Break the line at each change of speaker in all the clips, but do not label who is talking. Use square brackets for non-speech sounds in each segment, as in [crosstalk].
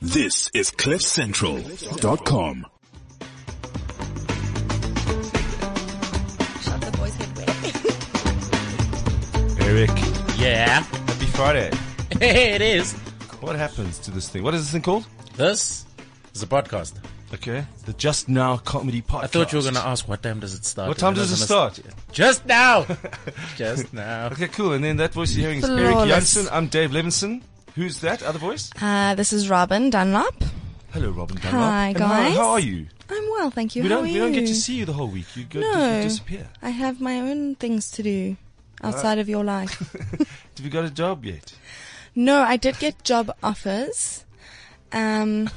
This is CliffCentral.com.
Shut the boys' head wet.
Eric,
Yeah, [laughs]
happy Friday.
it is.
What happens to this thing? What is this thing called?
This is a podcast.
Okay. The Just Now Comedy Podcast.
I thought you were going to ask what time does it start.
What time
And I
does
was
it
gonna
start?
st- Just
[laughs]
now. Just now.
Okay, cool. And then that voice you're hearing is Eric
Flawless.
Janssen. I'm Dave Levinson. Who's that other voice?
Uh, this is Robin Dunlop.
Hello, Robin Dunlop.
Hi,
And
guys.
How, how are you?
I'm well, thank you.
we
How
don't.
are
We
you?
don't get to see you the whole week. You go
No.
you disappear.
I have my own things to do
Uh.
outside of your life.
Have you got a job yet?
no, I did get job offers. Um,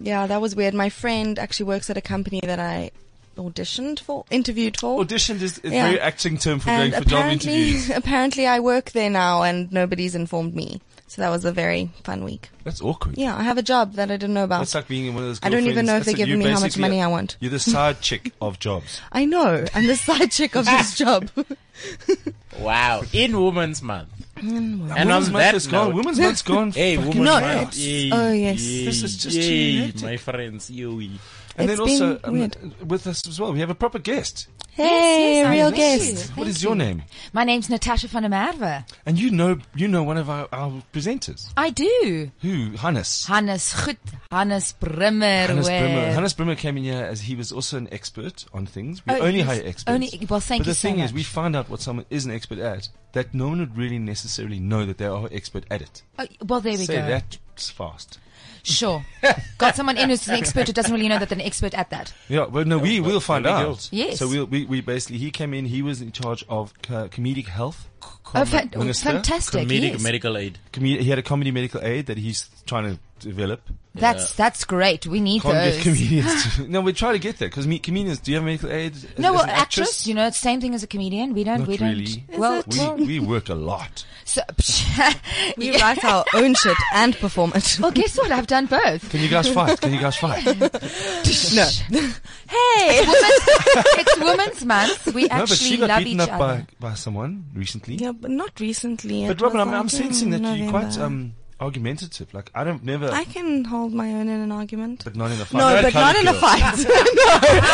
yeah, that was weird. My friend actually works at a company that I auditioned for, interviewed for.
Auditioned is a
Yeah.
very acting term for
and
going for job
apparently,
interviews.
[laughs] apparently I work there now and nobody's informed me. So that was a very fun week.
That's awkward.
Yeah, I have a job that I didn't know about.
That's like being in one of those.
I don't even
girlfriends-
know if
that's
they're
like you
giving me how much
basically-
money I want.
You're the side chick of jobs.
I know. I'm the side chick
[laughs]
of this job.
Wow. In Women's Month. and
Women's
on
month
that
is gone.
note-
Women's month's gone.
[laughs] Hey,
Fucking
Women's
No,
Month.
it's-
Yay,
oh, yes.
yay,
This is just
yay,
genetic.
my friends. Yay.
And
It's
then also
been
um, with us as well, we have a proper guest.
hey,
yes, I
real
know.
guest.
what is your name?
My name's Natasha van der Merwe.
And you know, you know one of our, our presenters,
I do.
who Hannes.
Hannes Goed, Hannes Brimmer.
Hannes
where-
Brimmer. Hannes Brimmer came in here as he was also an expert on things. We
Oh,
only
yes.
hire experts.
Only- well, thank
but
you
the
so
thing is,
much.
we find out what someone is an expert at that no one would really necessarily know that they are expert at it.
Oh, well, there we
Say
go.
that fast. [laughs]
Sure. Got someone in who's an expert who doesn't really know that they're an expert at that. Oh,
Yeah, well, no, we will find
there we
out.
go. Yes.
So we'll, we we basically he came in. He was in charge of uh, comedic health.
oh, fan- oh,
Minister?
fantastic.
Comedic
yes.
medical aid.
Comedi- he had a comedy medical aid that he's trying to develop.
That's, that's great. We need
Can't get
those.
comedians. to- no, we try to get there because comedians. Do you have medical aid? as-
No,
as
well,
an
actress, you know, it's same thing as a comedian. We don't,
Not
we don't.
really. Is
Well,
it?
well,
We we work a lot.
[laughs] so, [laughs]
We write our own shit and perform it. [laughs]
well, guess what? I've done both.
Can you guys fight? Can you guys fight? no,
no.
Hey, it's Women's Month. We
but she
actually
got
love
beaten
each
up
other.
by, by someone recently.
Yeah, but not recently.
But
It
Robin,
was
I'm, I'm
like
sensing that
in
you're quite
November.
um argumentative. Like I don't never,
I can hold my own in an argument.
but not in a fight.
No, but not in a fight. [laughs]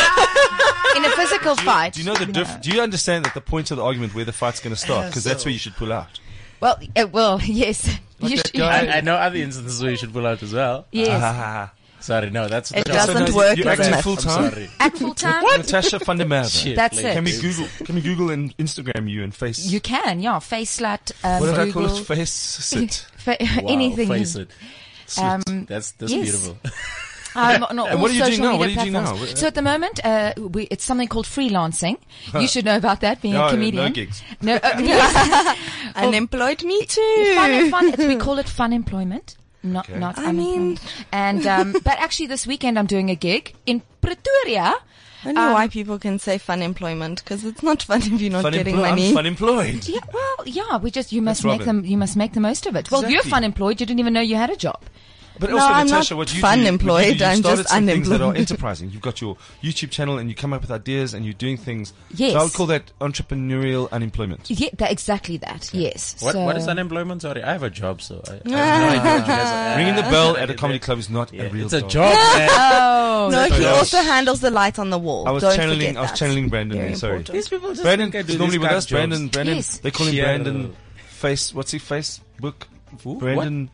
in a physical fight.
Do you know the diff- Do you understand that the point of the argument where the fight's going to start? Because that's where you should pull out.
Well, uh, well, [laughs] yes.
Like
You
that
should-
guy-
I, I know other instances where you should pull out as well.
[laughs]
Ah,
Yes.
Uh-huh.
Sorry, no, that's
It
no,
doesn't
that's-
work,
You're
doesn't
acting
it?
full
I'm
time.
sorry.
At full time,
Natasha van der Merwe.
Shit,
That's
like,
it.
Can we Google? Can we Google and Instagram you and face?
you can, yeah. Face slut, um,
what did I
Google,
call it? Face sit.
fa-
Wow,
anything.
Face it.
Um,
That's that's
yes.
beautiful.
[laughs] I'm on all
what are you
social
doing now?
media
What are you doing
platforms.
now?
So at the moment, uh, we, it's something called freelancing. You should know about that, being
No,
a comedian.
no gigs.
No,
[laughs]
uh, [laughs] yeah.
Unemployed me
fun,
too.
and fun. It's, we call it fun employment. Not,
Okay.
not.
I mean-
unemployment.
[laughs]
and um, but actually, this weekend I'm doing a gig in Pretoria.
I don't know why people can say fun employment because it's not fun if you're not
Fun
getting
emplo-
money.
I'm
[laughs]
fun employed.
Yeah, well, yeah. We just you must
That's
make
Robin.
them. You must make the most of it. Well, you're
Exactly.
fun employed. You didn't even know you had a job.
But
No,
also,
I'm
Natasha,
not
what you
fun
do,
employed,
What you do, you
I'm
started
just
some things that are
unemployed. [laughs]
enterprising. You've got your YouTube channel, and you come up with ideas, and you're doing things.
Yes.
So I would call that entrepreneurial unemployment.
Yeah, that, exactly that. Yes.
What,
so,
what is unemployment? Sorry, I have a job, so I, I have no idea
[laughs]
what you guys
Uh,
are-
Ringing the bell at a comedy club is not a real
It's a
job.
job, man.
Oh,
no, he
sorry.
also handles the light on the wall.
I was
don't forget
channeling.
that.
I was channeling Brandon.
Very
there, sorry.
important.
These people just
Brandon
think I do
is normally
these
with
kind
us.
of jobs.
Brandon, Brandon,
Yes.
they call him
Yeah.
Brandon. Face, what's he? Facebook,
Who?
Brandon,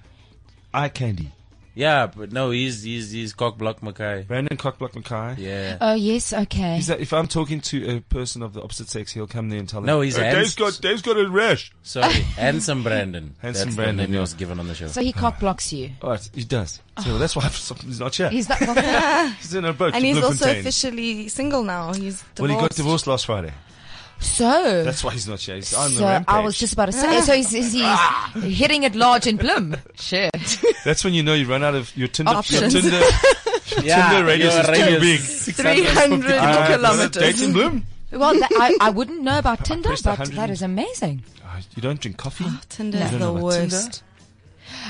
eye candy.
Yeah, but no, he's he's he's cock block Mackay.
Brandon Cockblock Mackay.
Yeah.
Oh yes, okay.
He's like, if I'm talking to a person of the opposite sex, he'll come there and tell them.
No, he's
"Hey,
hands-
Dave's got Dave's got a rash.
[laughs]
Sorry, handsome Brandon.
Handsome
That's
Brandon,
The name he
yeah.
was given on the show.
so he cock blocks you.
All right, he does. So that's why [laughs] he's not here. [laughs]
He's not. well,
He's in a boat.
And
to
he's also
Bloemfontein.
officially single now. He's divorced.
Well, he got divorced last Friday.
so.
That's why he's not here. He's on the
Uh, so
rampage.
I was just about to say. So he's,
[laughs]
he's, he's hitting it large in Bloom. Shit.
That's when you know you run out of your Tinder. Your
Options.
Tinder. Tinder radius
your
is too
radius
big.
is
300
[laughs] Uh, Dates
kilometers.
in Bloom.
Well, that, I, I wouldn't know about Tinder,
pressed
but
100.
that is amazing.
Uh, you don't drink coffee.
Tinder
You
is
don't
the
know about Tinder?
worst.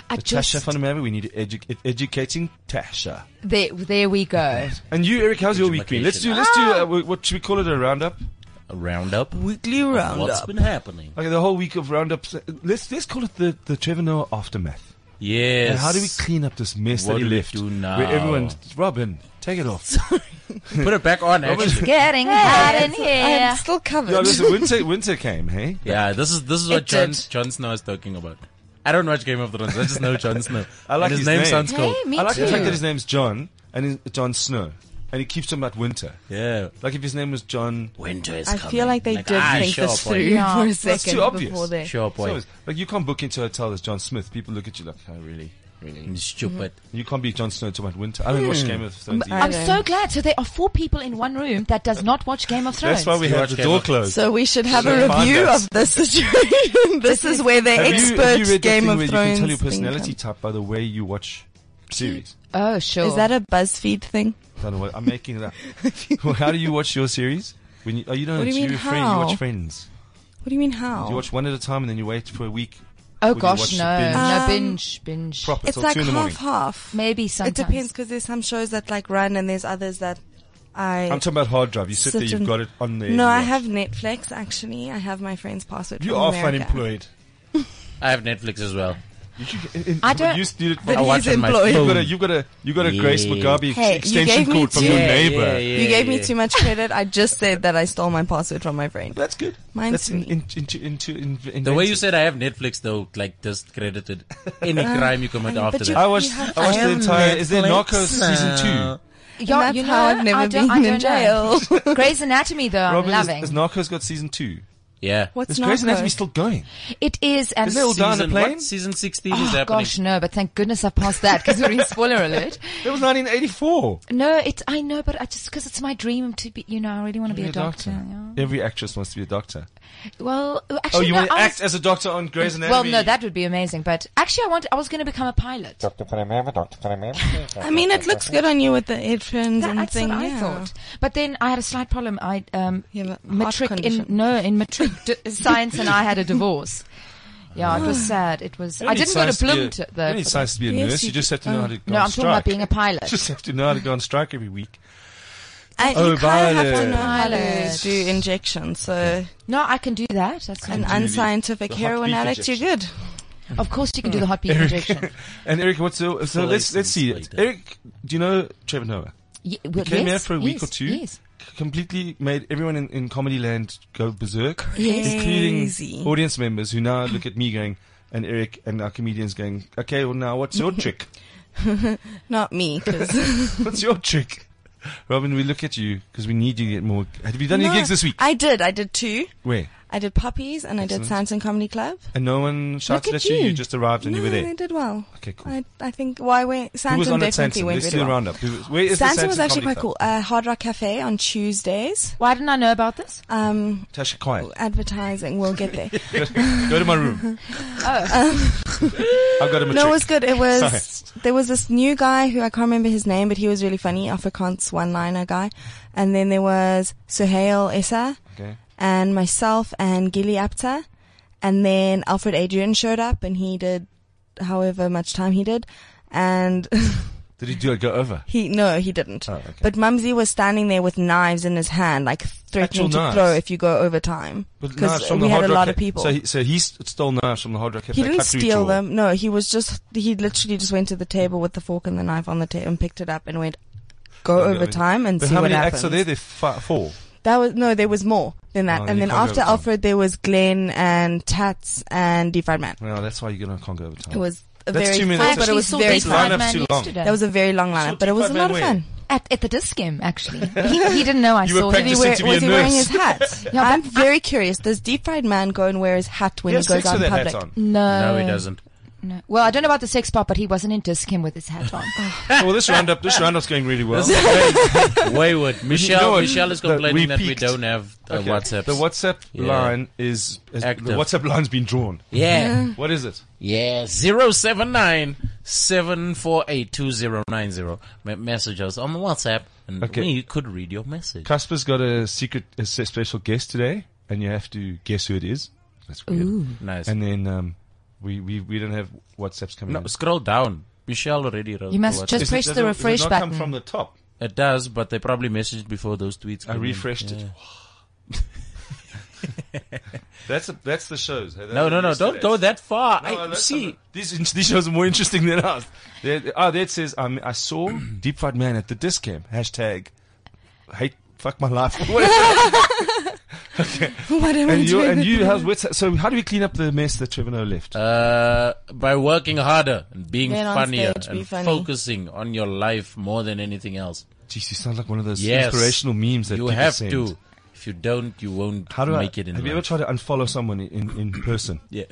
I
Tasha
just
Van der Merwe, we need to edu- e-, educating Tasha.
there, there we go.
And you, Eric, how's your week been? Let's do, let's do, uh, wh- what should we call it? A roundup?
A roundup.
Weekly
What's
roundup.
been happening?
Okay, the whole week of roundups. Let's let's call it the the Trevor Noah aftermath.
Yes.
And how do we clean up this mess
What
that he
do we
left?
do now?
Where everyone, Robin, take it off.
[laughs] Put it back on, actually.
Getting hot in here.
I'm still covered.
yeah, [laughs] listen, winter, winter came, hey?
Yeah, this is this is what
It
John,
did.
John Snow is talking about. I don't watch Game of Thrones. I just know John Snow.
[laughs] I like
and his,
his
name,
name.
sounds cool.
Hey, me
I like
too.
the fact that his name's John and he's John Snow, and he keeps talking about winter.
Yeah.
Like if his name was John,
Winter is
I
coming.
feel like they did
ah,
think
sure,
this
boy.
through
Yeah.
[laughs] for a
That's
second
too obvious.
before they.
Sure,
so
boy.
it's- like you can't book into a hotel as John Smith. People look at you like, oh, really, really.
Mm, Stupid.
You can't be John Snow talking about winter. I don't
Hmm.
watch Game of Thrones.
But
either.
I-
I'm so glad. So there are four people in one room that does not watch Game of Thrones.
That's why we
You
have
watch
the
Game
door
of-
closed.
So we should have
Should
a
I find
review
us?
of this situation. [laughs] this is where the
have you, have
expert
you read
Game
that
of
thing
Thrones.
where you can tell your
thing
personality
comes.
type by the way you watch
[laughs]
series?
oh, sure.
Is that a BuzzFeed thing?
I don't know. What, I'm making it up. well, how do you watch your series? When you, oh, you don't.
What do you mean,
are a friend. You
how?
watch Friends.
What do you mean how?
You watch one at a time and then you wait for a week.
oh
Would you watch
gosh,
the
no,
binge?
no
Um,
binge, binge.
Proper
it's
till
like
two in the
half
morning.
half.
Maybe sometimes.
It depends because there's some shows that like run and there's others that I.
I'm talking about hard drive. You sit,
Sit
there, you've
and-
got it on there.
no,
you
I
watch.
have Netflix actually. I have my friend's password.
You
from
are
America.
unemployed.
I have Netflix as well.
You should, in- in-
I don't-
You steal it from
But
I
our-
watch
he's
it on my
employed.
You've
phone.
got a, you've got a, you've got a Grace
Yeah.
Mugabe
Hey, you
extension
gave me
cord from
two-
your
Yeah,
neighbor.
You gave me too much credit. I just said that I stole my password from my friend.
That's good.
Mine's
That's in,
me.
in, into, into, in,
The way you
inventive.
said I have Netflix though, like discredited
[laughs]
any crime you commit
Uh, but
after
you-
that.
I watched,
You
I
have-
watched
I
the
am
entire. Is there
Netflix
Narcos
now.
season
Yeah,
that's
you know,
how I've never
I don't,
been
I
in
don't know. [laughs] Grey's Anatomy, though,
two?
I'm
Robin, is,
loving.
is Narcos got season two?
Yeah.
What's
Is Grey's Anatomy
narco?
still going?
it is, and
Is it all done? on the
Season,
plane?
what? season 16 is
oh
happening.
gosh, no! But thank goodness I passed that because we're in spoiler
[laughs]
alert.
It was 1984.
No, it's I know, but I just because it's my dream to be. You know, I really want to be a doctor.
Every actress wants to be a doctor.
yeah. Well, actually,
Oh, you
no,
want to
I
act as
was,
a doctor on Grey's Anatomy?
well, no, that would be amazing. But actually, I want. I was going to become a pilot.
Doctor, can I remember? Doctor, can I remember?
I mean, it looks good on you with the headphones
That-
and
that's
thing.
what I
yeah.
thought. But then I had a slight problem. I um,
Yeah, but heart
matric in
condition.
no in matric d- [laughs] science, and I had a divorce. Yeah, it was sad. It was.
You
I
don't need
didn't go to
science be
Bloem
a-
to,
You
though.
don't need
for-
science to be a
Yes,
nurse.
you Oh.
You just have to know how to go
No,
on
I'm talking about
strike.
being a
[laughs]
pilot.
just have to know how to go on strike every week.
I,
Oh,
you kind of have
violet.
to know how to
Violet.
do injections. So,
No, I can do that. That's
an
fine.
unscientific
The hot
heroin
beef
addict, you're good.
Of course, you can do the hot beat injection.
And Mm. Eric, what's the, so? Let's let's see.
Later.
Eric, do you know Trevor Noah?
Ye- well,
Came here
yes,
for a week
yes,
or two.
Yes.
c- Completely made everyone in, in comedy land go berserk,
Yes.
Crazy.
including audience members who now look at me going and Eric and our comedians going, okay, well now what's your
[laughs]
trick?
Not me, 'cause-
What's your trick? Robin, we look at you because we need you to get more. Have you [laughs] done
No,
any gigs this week?
I did. I did two.
Where?
I did Puppies and I did
Excellent.
Sanson Comedy Club.
And no one shouted
at
at you.
you.
You just arrived and
no,
you were
I
there.
did well.
Okay, cool.
I, I think why we
Who was
Sanson
on at
definitely
Sanson?
went
Let's do
very
the
well.
roundup. Who was- Where is the
Sanson was
Sanson
actually quite
Comedy
cool. Uh, Hard Rock Cafe on Tuesdays.
Why didn't I know about this?
Um,
Club? Tasha, quiet.
advertising, we'll get there. [laughs]
Go to my room. Oh. I've got him a
no, it
trick.
was
[laughs]
good. It was there was this new guy who I can't remember his name, but he was really funny, Afrikaans one-liner guy. And then there was Suhail Issa
Okay.
and myself and Gili Apta, and then Alfred Adrian showed up and he did however much time he did, and [laughs]
Did he do it? Go over.
He no, he didn't.
Oh, okay.
But Mumsy was standing there with knives in his hand, like
Actual
threatening to
knives?
throw if you go over time.
But knives
Because
from
we
the
had
hard
a
rock
lot of
ca-
people.
So he, so he s- stole knives from the hard rock cafe.
he didn't
cut through
steal
jaw.
them. No, he was just he literally just went to the table with the fork and the knife on the table and picked it up and went go
Okay, I
over
mean-
time and
But
see
how
what
many
happens.
acts are there? There fi- four.
That was no, there was more than that.
Oh, then
and
you
then
can't go
after
over time.
Alfred, there was Glenn and Tats and Defied Man.
Well, that's why you can't go over time.
It was a
That's
very
too many-
I
fun,
that's
but it
actually
was
saw
very
Big
Defied
fun.
lineup's
Five Man
too long.
yesterday.
That was a very long lineup, but it was a
Defied
lot
Man
of
where?
fun.
at, at the disc game,
[laughs]
actually. he, he didn't know I
You were
saw
Did he
him.
practicing-
wear,
to
was
be a
he wearing
nurse.
his hat?
[laughs] Yeah,
I'm
but
very curious. Does deep fried man go and wear his hat when
he
he
has
goes
sex
out
with
in
that
public?
hat on.
No,
No, he doesn't.
No. Well, I don't know about the sex part, but he wasn't in disc game with his hat on.
Oh, well, this roundup, this roundup's going really
[laughs]
well. [laughs]
Wayward. Michelle,
know what?
Michelle is
That we
complaining that we
peaked.
don't have uh,
Okay.
WhatsApp.
The WhatsApp
Yeah.
line is, is the
Active.
WhatsApp line's been drawn.
yeah.
What is it?
Yeah. Zero seven nine seven four eight two zero nine zero. M- message us on the WhatsApp, and
Okay.
we could read your message.
Casper's got a secret, a se- special guest today, and you have to guess who it is. That's weird.
Nice.
And then um, we, we we don't have WhatsApps coming.
no,
in.
scroll down. Michelle already wrote.
You must
the WhatsApp.
just-
Is
press
does
the
does
refresh
not Come
button.
from the top.
It does, but they probably messaged before those tweets.
I refreshed it. [laughs] That's a, that's the shows. Hey,
No,
they're
no, no.
used to
Don't go that far.
No,
I,
that's
see,
something- these [laughs] these shows are more interesting than us. There- Ah, that says um, I
[clears throat]
saw Deep Fried Man at the disc camp. Hashtag hate fuck my
[laughs]
life.
[laughs] What am I
and you
doing
and
with
[laughs]
you
my-
how's what's- so how do we clean up the mess that Trevor Noah left?
uh, by working harder and being
Get on
funnier
stage, be
and
funny.
focusing on your life more than anything else.
Jeez, you sound like one of those
Yes.
inspirational memes that
you
people
have
send.
to. If you don't, you won't
How do
make
I,
it in
Have
life.
you ever tried to unfollow someone in, in, in person?
yeah.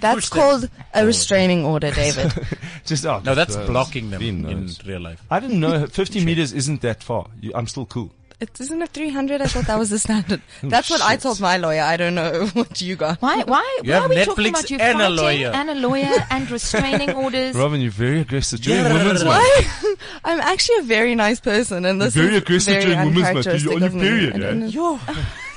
That's called
Oh.
a restraining order, David.
Just oh,
No, that's
uh,
blocking them
Veen
in
knows.
real life.
I didn't
[laughs]
know 50 meters isn't that far. You, I'm still cool.
it isn't a 300. I thought that was the
[laughs]
standard. That's what I
Oh, shit.
told my lawyer. I don't know [laughs] what you got.
Why? Why?
You
why
have
are we talking
Netflix
about you
and a
fighting
lawyer.
and a lawyer and [laughs] restraining orders?
Robin, you're very aggressive during
Yeah.
women's
What?
month.
I'm actually a very nice person, and this
You're very
is
aggressive
very
during Women's Month.
uncharacteristic
You're on your
of me.
period,
I don't
eh?
know. [laughs]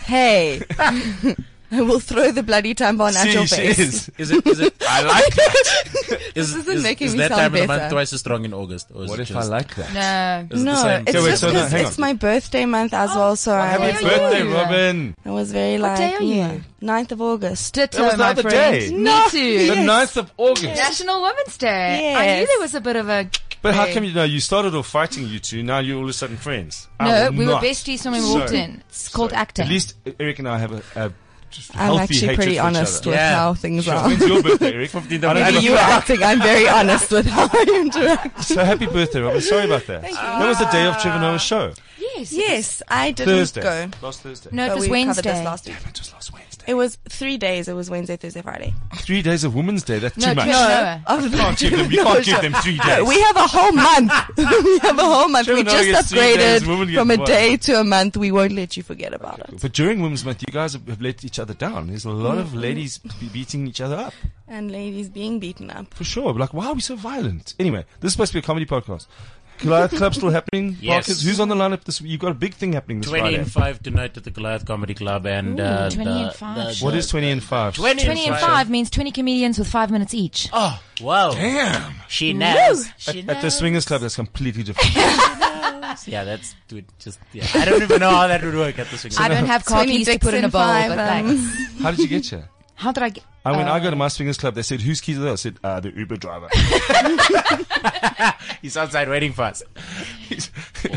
Hey, [laughs] I will throw the bloody time bomb at your
See, she
face.
is.
Is it? Is it?
[laughs]
I like that. Is,
This isn't
is,
making
is
me
that
sound
time of the month
better.
twice as strong in August? Or is
What
it
if I
just-
like that?
No.
is it the
No,
same?
it's
So wait,
just
so no,
'cause
hang
it's
on.
my birthday month as well, so I,
Happy
Happy
birthday,
birthday.
Robin.
I was very like
day are you?
yeah, 9th of August.
Ditto,
was the
my
other
friend.
day.
Me too.
The 9th of August.
National Women's Day. I knew
Yes.
there was a bit of a.
But how come you know you started off fighting you two? Now you're all of a sudden friends. I
No,
will
we were
Oh, not.
besties when we walked
Sorry.
in. It's called acting.
At least Eric and I have a, a just
I'm
healthy
actually
hatred for
pretty
each
honest
other.
with
Yeah.
how things
Sure.
are.
When's your birthday,
[laughs]
Eric?
15th
I
of
don't
August.
[laughs] have
Maybe
a-
you are acting. I'm very honest with how I interact.
So happy birthday, Robin. Sorry about that. That was the day of Trevor Noah's show.
yes.
Yes, I didn't
Thursday.
go.
Last Thursday.
No,
but
it was
we covered
Wednesday.
this last week.
It was last Wednesday.
It was three days. It was Wednesday, Thursday, Friday.
Three days of Women's Day. That's
No,
too much.
Trevor Noah.
[laughs] Of the-
You can't give them, you can't give them three days.
We have a whole month. [laughs] we have a whole month.
Trevor
We
Noah gets
just
three days,
upgraded
women get
from a
one.
day to a month. We won't let you forget about it.
but during Women's Month, you guys have have let each other down. There's a lot
Mm.
of ladies be beating each other up.
And ladies being beaten up.
For sure. Like, why are we so violent? Anyway, this is supposed to be a comedy podcast. [laughs] Goliath Club still happening.
Yes.
Parkers, who's on the lineup this week? You've got a big thing happening this
20 and
Friday.
5 tonight at the Goliath Comedy Club and, uh,
20
the-
and five.
the-
What
the-
is 20 and 5?
20,
20 and 5 means 20 comedians with 5 minutes each.
Oh, wow.
Damn.
She knows. She
At,
knows.
at the Swingers Club, that's completely different.
Yeah, that's dude, just, yeah. I don't even know how that would work at the Swingers.
I don't have car
20
keys to
dicks
put in a
in
bowl,
five,
but
um,
thanks.
How did you get here?
How did I Oh. get?
I, when I go to my Swingers Club, they said, whose keys are those? I said, uh, the Uber driver.
He's outside waiting for us.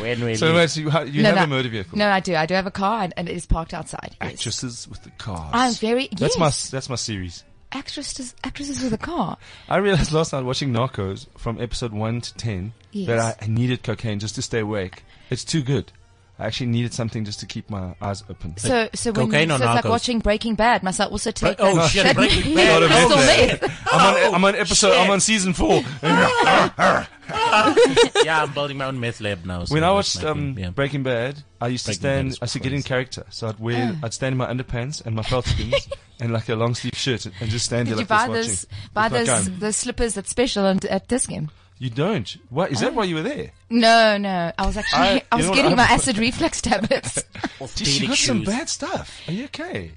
when we
so,
leave.
wait, so you, ha- you have a motor vehicle.
No, I do. I do have a car, and, and it is parked outside. Yes.
Actresses with the cars.
I'm very
That's
yes.
my that's my series.
actresses
[laughs]
actresses with a car.
I realized last night watching Narcos from episode one to ten
Yes.
that I, I needed cocaine just to stay awake. It's too good. I actually needed something just to keep my eyes open.
So so when
Cocaine
so
or
it's like
narcos?
watching Breaking Bad. Must I also
Bre-
take?
oh
[laughs] that-
shit!
that-
Breaking Bad.
Not a
Oh,
bit there.
meth.
I'm,
Oh,
on, I'm on episode. I'm on season [laughs] four.
yeah, I'm building my own meth lab now. So
when I
that's
watched
my thing,
um,
yeah.
Breaking Bad, I used to
Breaking Bad
stand.
is
I used to get in
crazy.
character, so I'd wear.
Ah.
I'd stand in my underpants and my felt skins
[laughs]
and like a long sleeve shirt and and just stand
Did
there
you
like
buy this?
this
Buy
watching. With my
this?
gun.
The slippers that's special and at this game?
You don't. What is that? Why you were there?
No, no. I was actually
I- you
I, was
know what,
getting
I'm-
my acid reflux tablets. [laughs]
Jeez,
Orthopedic
you got
shoes.
some bad stuff. Are you okay?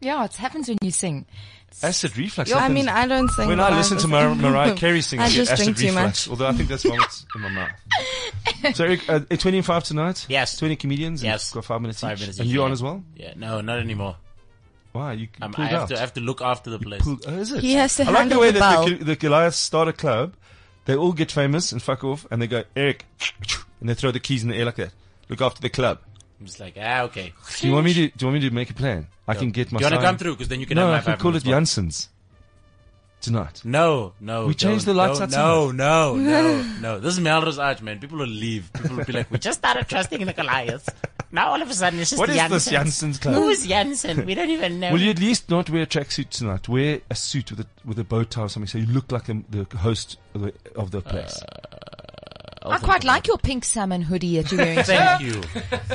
yeah, it happens when you sing.
Acid reflux.
I
happens.
mean, I don't think.
When I listen to
[laughs]
Mar- Mariah Carey sing, I,
I
get
just
acid
drink too
reflux. Although I think that's what's in my mouth. So Eric, uh, at 20 and 5 tonight?
Yes.
20 comedians? and
Yes.
you've Got five minutes
Five
each.
minutes
And
each,
you on
yeah.
as well?
Yeah, no, not anymore.
Wow, you
Um, I
pulled
have
out.
to, I have to look after the place.
Pulled- oh, is it?
He has to
I like the
handle
way
the
that the,
bell.
Gol- the Goliath start a club. They all get famous and fuck off and they go, Eric, and they throw the keys in the air like that. Look after the club.
I'm just like, ah, okay.
Do you want me to, do you want me to make a plan? I can get my
Do you want to
sign-
come through? Because then you can
No,
have my
I can
five
call
minutes
it
more.
Janssen's. Tonight.
No, no.
We changed the lights
don't-
outside.
No, [laughs] no, no, no. This is Melrose Arch, man. People will leave. People will be like, we just started trusting in the Goliath. Now all of a sudden it's just
What is
Janssen.
this Janssen's club?
Who is Janssen? We don't even know.
Will you at least not wear a tracksuit tonight? Wear a suit with a with a bow tie or something, so you look like the, the host of the, of the place.
I'll
I
think
quite
about
like your pink salmon hoodie that you're
it. [laughs] [laughs]
wearing.
Thank you.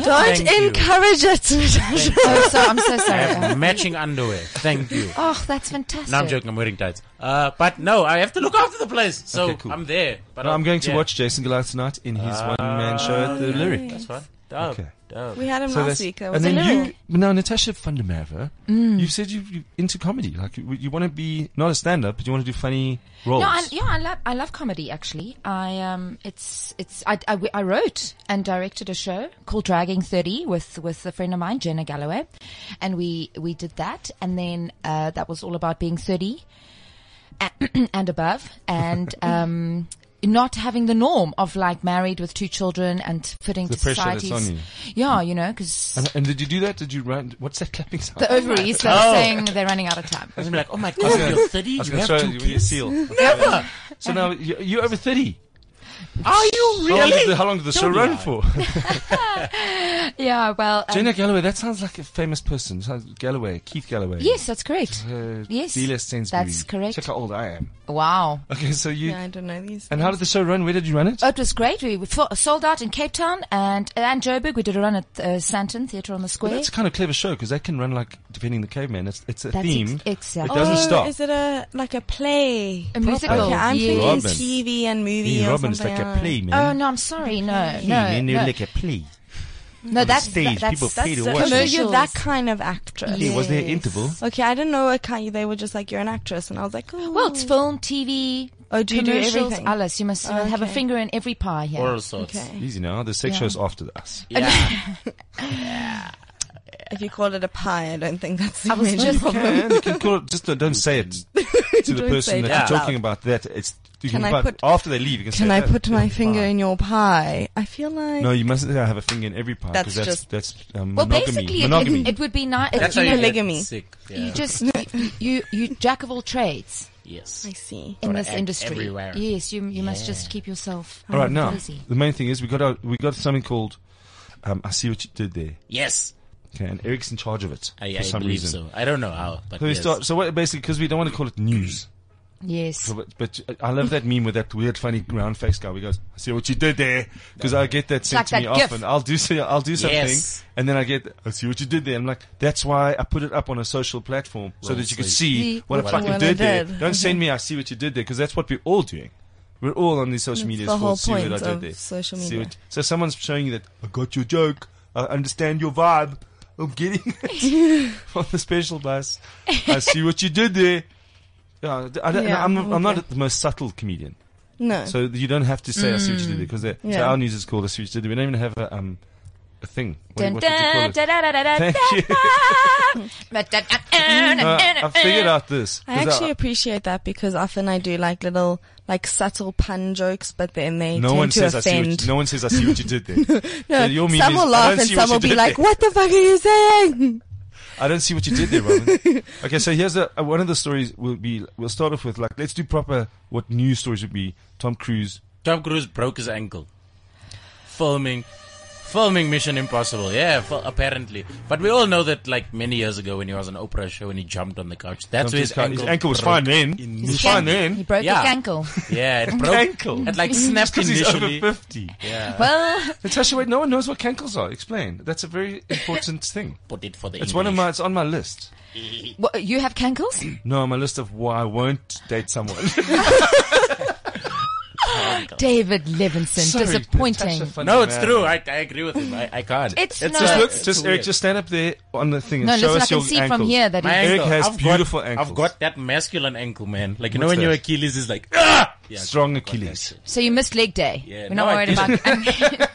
Don't
Thank you.
encourage it.
oh, so I'm so sorry. Um,
Matching underwear. Thank you.
Oh, that's fantastic.
No, I'm joking. I'm wearing tights. Uh, but no, I have to look after the place. So
Okay, cool.
I'm there. But
No, I'm going to
yeah.
Uh, watch Jason Goliath tonight in his one man show at the Lyric.
That's fine. Dope.
Okay.
[laughs]
Dope.
We had him last week. That was
and then
hilarious.
you now Natasha Fundermava, you said you you into comedy. Like you, you want to be not a stand up, but you want to do funny roles.
No, I, yeah, I love I love comedy. Actually, I um, it's it's I, I, I wrote and directed a show called Dragging Thirty with with a friend of mine, Jenna Galloway, and we we did that, and then uh, that was all about being thirty [clears throat] and, and above, and um. Not having the norm of like married with two children and fitting
The
to
pressure that's
society's,
on you.
yeah, you know, because
and, and did you do that? Did you run? What's that clapping sound?
the ovaries they're
Oh.
saying they're running out of time.
I was gonna be like, [laughs] oh my god, you're 30, you
I was going
have
to show
two
you your
kids?
seal. So now you- you're over thirty.
Are you
How long did the,
really?
how long did the show
be
run
lying.
for?
Um, Yeah, well, um,
Jenna Galloway. That sounds like a famous person. Sounds- Galloway, Keith Galloway.
yes, that's correct.
Uh,
Yes,
D-list Sainsbury.
that's correct.
Check how old I am.
Wow.
Okay, so you
Yeah, I don't know these.
and how did the show run? Where did you run it?
Oh, it was great. We were fo- sold out in Cape Town and and Joburg. We did a run at uh, Santon Theatre on the
Well,
Square.
that's a kind of clever show because that can run like depending on the caveman. It's it's a
That's
theme.
ex- exactly.
It doesn't
oh,
stop.
Is it a like a play?
a musical.
Okay, I'm
yes.
thinking
Robin.
TV and movie.
Dean
or
Robbins
something
like a
else.
play
Oh
man.
no, I'm sorry. No,
Play,
no,
man, they're
no.
like a play.
no that's
stage,
that's
people
that's
pay to
the
watch it.
Oh,
commercials.
you're that kind of actress.
Play, was there
Yes.
interval?
Okay, I didn't know what kind. They were just like you're an actress, and I was like, oh.
Well, it's film, TV,
Oh, do you do
commercials,
everything?
Alice, you must you must have a
Okay.
finger in every pie here.
Oral sorts.
okay.
Easy now. The sex
Yeah.
show's after us.
Yeah.
If you call it a pie, I don't think that's the
I was
image.
just-
You [laughs] can, you can call it, just don't, don't
[laughs]
say it to the
Don't say
person
it
that
out
you're
loud.
talking about. That it's you
Can
can,
I
but
put-
after they leave. You can,
Can
say,
I
"Oh,
put my
it's
finger
fine."
in your pie? I feel like
No, you mustn't say I have a finger in every pie because
That's
that's
just-
that's um,
well,
monogamy.
basically,
Monogamy.
It, it would be nice.
That's
you,
how you
know,
polygamy.
get sick.
you
Yeah.
just you you jack of all trades
Yes.
I see.
in
Gotta
this
act
industry.
everywhere.
Yes, you you must just keep yourself.
All right, now
busy.
the main thing is we got our, we got something called. Um, I see what you did there.
Yes.
Okay, and Eric's in charge of it
I,
for
I
some
believe
reason.
so. I don't know how, but
So we
yes.
start. So what, basically, because we don't want to call it news,
Yes.
So but, but I love that meme with that weird, funny round face guy. We goes, "I see what you did there," because I get that sent
Like
to me
that gif.
often. I'll do so, I'll do something,
Yes.
and then I get, "I see what you did there." I'm like, "That's why I put it up on a social platform so
Well,
that you could
so
see
see
what, I
what I
fucking
did.
did, there."
What I did.
Don't send me, "I see what you did there," because that's what we're all doing. We're all on these social media.
the whole
see what I
point
did
of
there.
social
See
media.
what- so someone's showing you that I got your joke. I understand your vibe. I'm getting it [laughs] on the special bus. I see what you did there. Yeah, I don't,
Yeah,
I'm, not- I'm
okay.
not the most subtle comedian,
No.
so you don't have to say I see what you did there because so
Yeah.
our news is called I see what you did there. We don't even have a um a thing. What,
Dun,
what would you call
dun,
it?
dun, dun, dun, dun,
Thank
dun,
you.
dun. But dun, dun,
[laughs]
dun,
No,
dun,
I
dun,
Uh, figured
dun.
out this.
I
'cause
actually appreciate that because often I do like little, like subtle pun jokes, but then they
no
tend
one
to
says I see
offend.
what you, no one says I see what you did there. no, your meme
some
is,
will
"I
laugh
don't
and
see what
some
you
will be
did
like,
there."
"What the fuck are you saying?"
I don't see what you did there,
[laughs]
Robin. okay, so here's a, uh, one of the stories. Will be we'll start off with like let's do proper what news stories would be. Tom Cruise.
Tom Cruise broke his ankle. Filming. Filming Mission Impossible, yeah, fil- apparently. But we all know that, like, many years ago when he was on Oprah show and he jumped on the couch, that's
Tom
where
Cruise
his
cut-
ankle,
his ankle was
broke.
fine then. It was
His
fine
ankle-
then.
He broke
Yeah.
his ankle.
Yeah,
[laughs]
it broke.
Ankle.
It,
[laughs]
like, snapped
Because he's over
initially.
fifty.
Yeah.
Well,
Natasha, wait, no one knows what cankles are. Explain. That's a very important
[laughs]
thing.
Put it for the
It's one of my. It's on my list.
what, you have cankles?
No, on my list of why I won't date
[laughs]
someone.
David Levinson.
Sorry,
Disappointing.
Natasha, funny
No, it's
man.
true. I, I agree with him. I, I can't.
It's
it's
not-
Just
Uh,
look,
it's
just
weird.
Eric, just stand up there on the thing and
No,
show
listen, I
us your
can see
ankle.
from here that
My
he.
Eric
ankle.
has
I've
beautiful
got,
ankles.
I've got that masculine ankle, man. Like you know
What's
when your
that?
Achilles is like, ah, yeah,
Strong Achilles.
So you missed leg day.
Yeah,
We're
no, I
not worried about. I mean,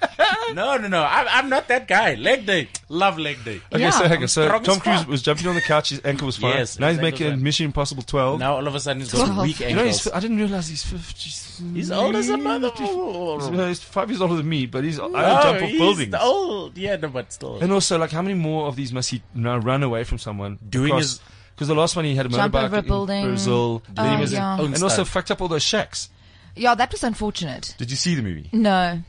No, no, no. I'm, I'm not that guy. Leg day, love leg day.
Okay,
Yeah.
so hang on. So
Strong as
Tom Cruise
fuck.
was jumping on the couch. His ankle was fine.
Yes,
now he's
his ankle's
making
fine.
Mission Impossible 12.
Now all of a sudden he's
[laughs]
got
Twelve.
weak
you know,
ankles.
he's, I didn't realize he's 50.
He's old as a mother.
He's, he's five years older than me, but he's. I don't
No,
jump off
Oh, he's
buildings.
Old, yeah, no, but still.
And also, like, how many more of these must he now run away from someone?
Doing his-
Because the last one he had a
Jump
motorbike
over a
in
building.
Brazil. Then he
Oh,
was in-
yeah.
Own
and also
stuff.
fucked up all those shacks.
yeah, that was unfortunate.
Did you see the movie?
No.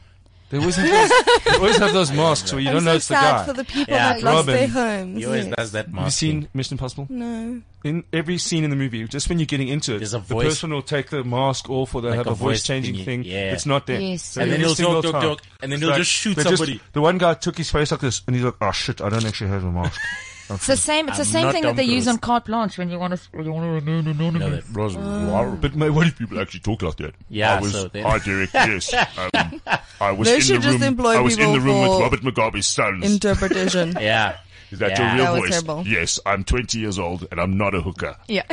They always have those, they always have
[laughs]
those masks where you
I'm
don't know
so
it's the
sad
guy.
for the people
Yeah,
that lost
Robin.
their homes.
He always
Yes.
does that.
Have you
Masking.
seen Mission Impossible?
No.
In every scene in the movie, just when you're getting into it,
There's a
the
voice-
person will take the mask off or they'll
Like
have a,
a
voice
voice
changing
thingy.
thing.
Yeah.
It's not there.
Yes.
So
And
then
every
he'll
single
talk, talk,
time,
talk, and then
it's
he'll
like-
just shoot
they
somebody. [laughs]
the one guy took his face like this and he's like, oh shit, I don't actually have a mask.
It's the same. It's the
I'm
same
not
thing
Tom
that they use
Cruise.
on carte blanche when you want to. You want to
No, that-
Mm.
But mate, why do people actually talk like that?
Yeah,
I was,
so they-
I direct this. Um,
[laughs]
I was
They
in the
should just
room.
employ
I was in
people
the room with
for-
Robert Mugabe's sons.
Interpretation.
[laughs]
yeah.
Is that
Yeah.
your
That
real
was
voice?
terrible.
Yes, I'm 20 years old and I'm not a hooker.
yeah.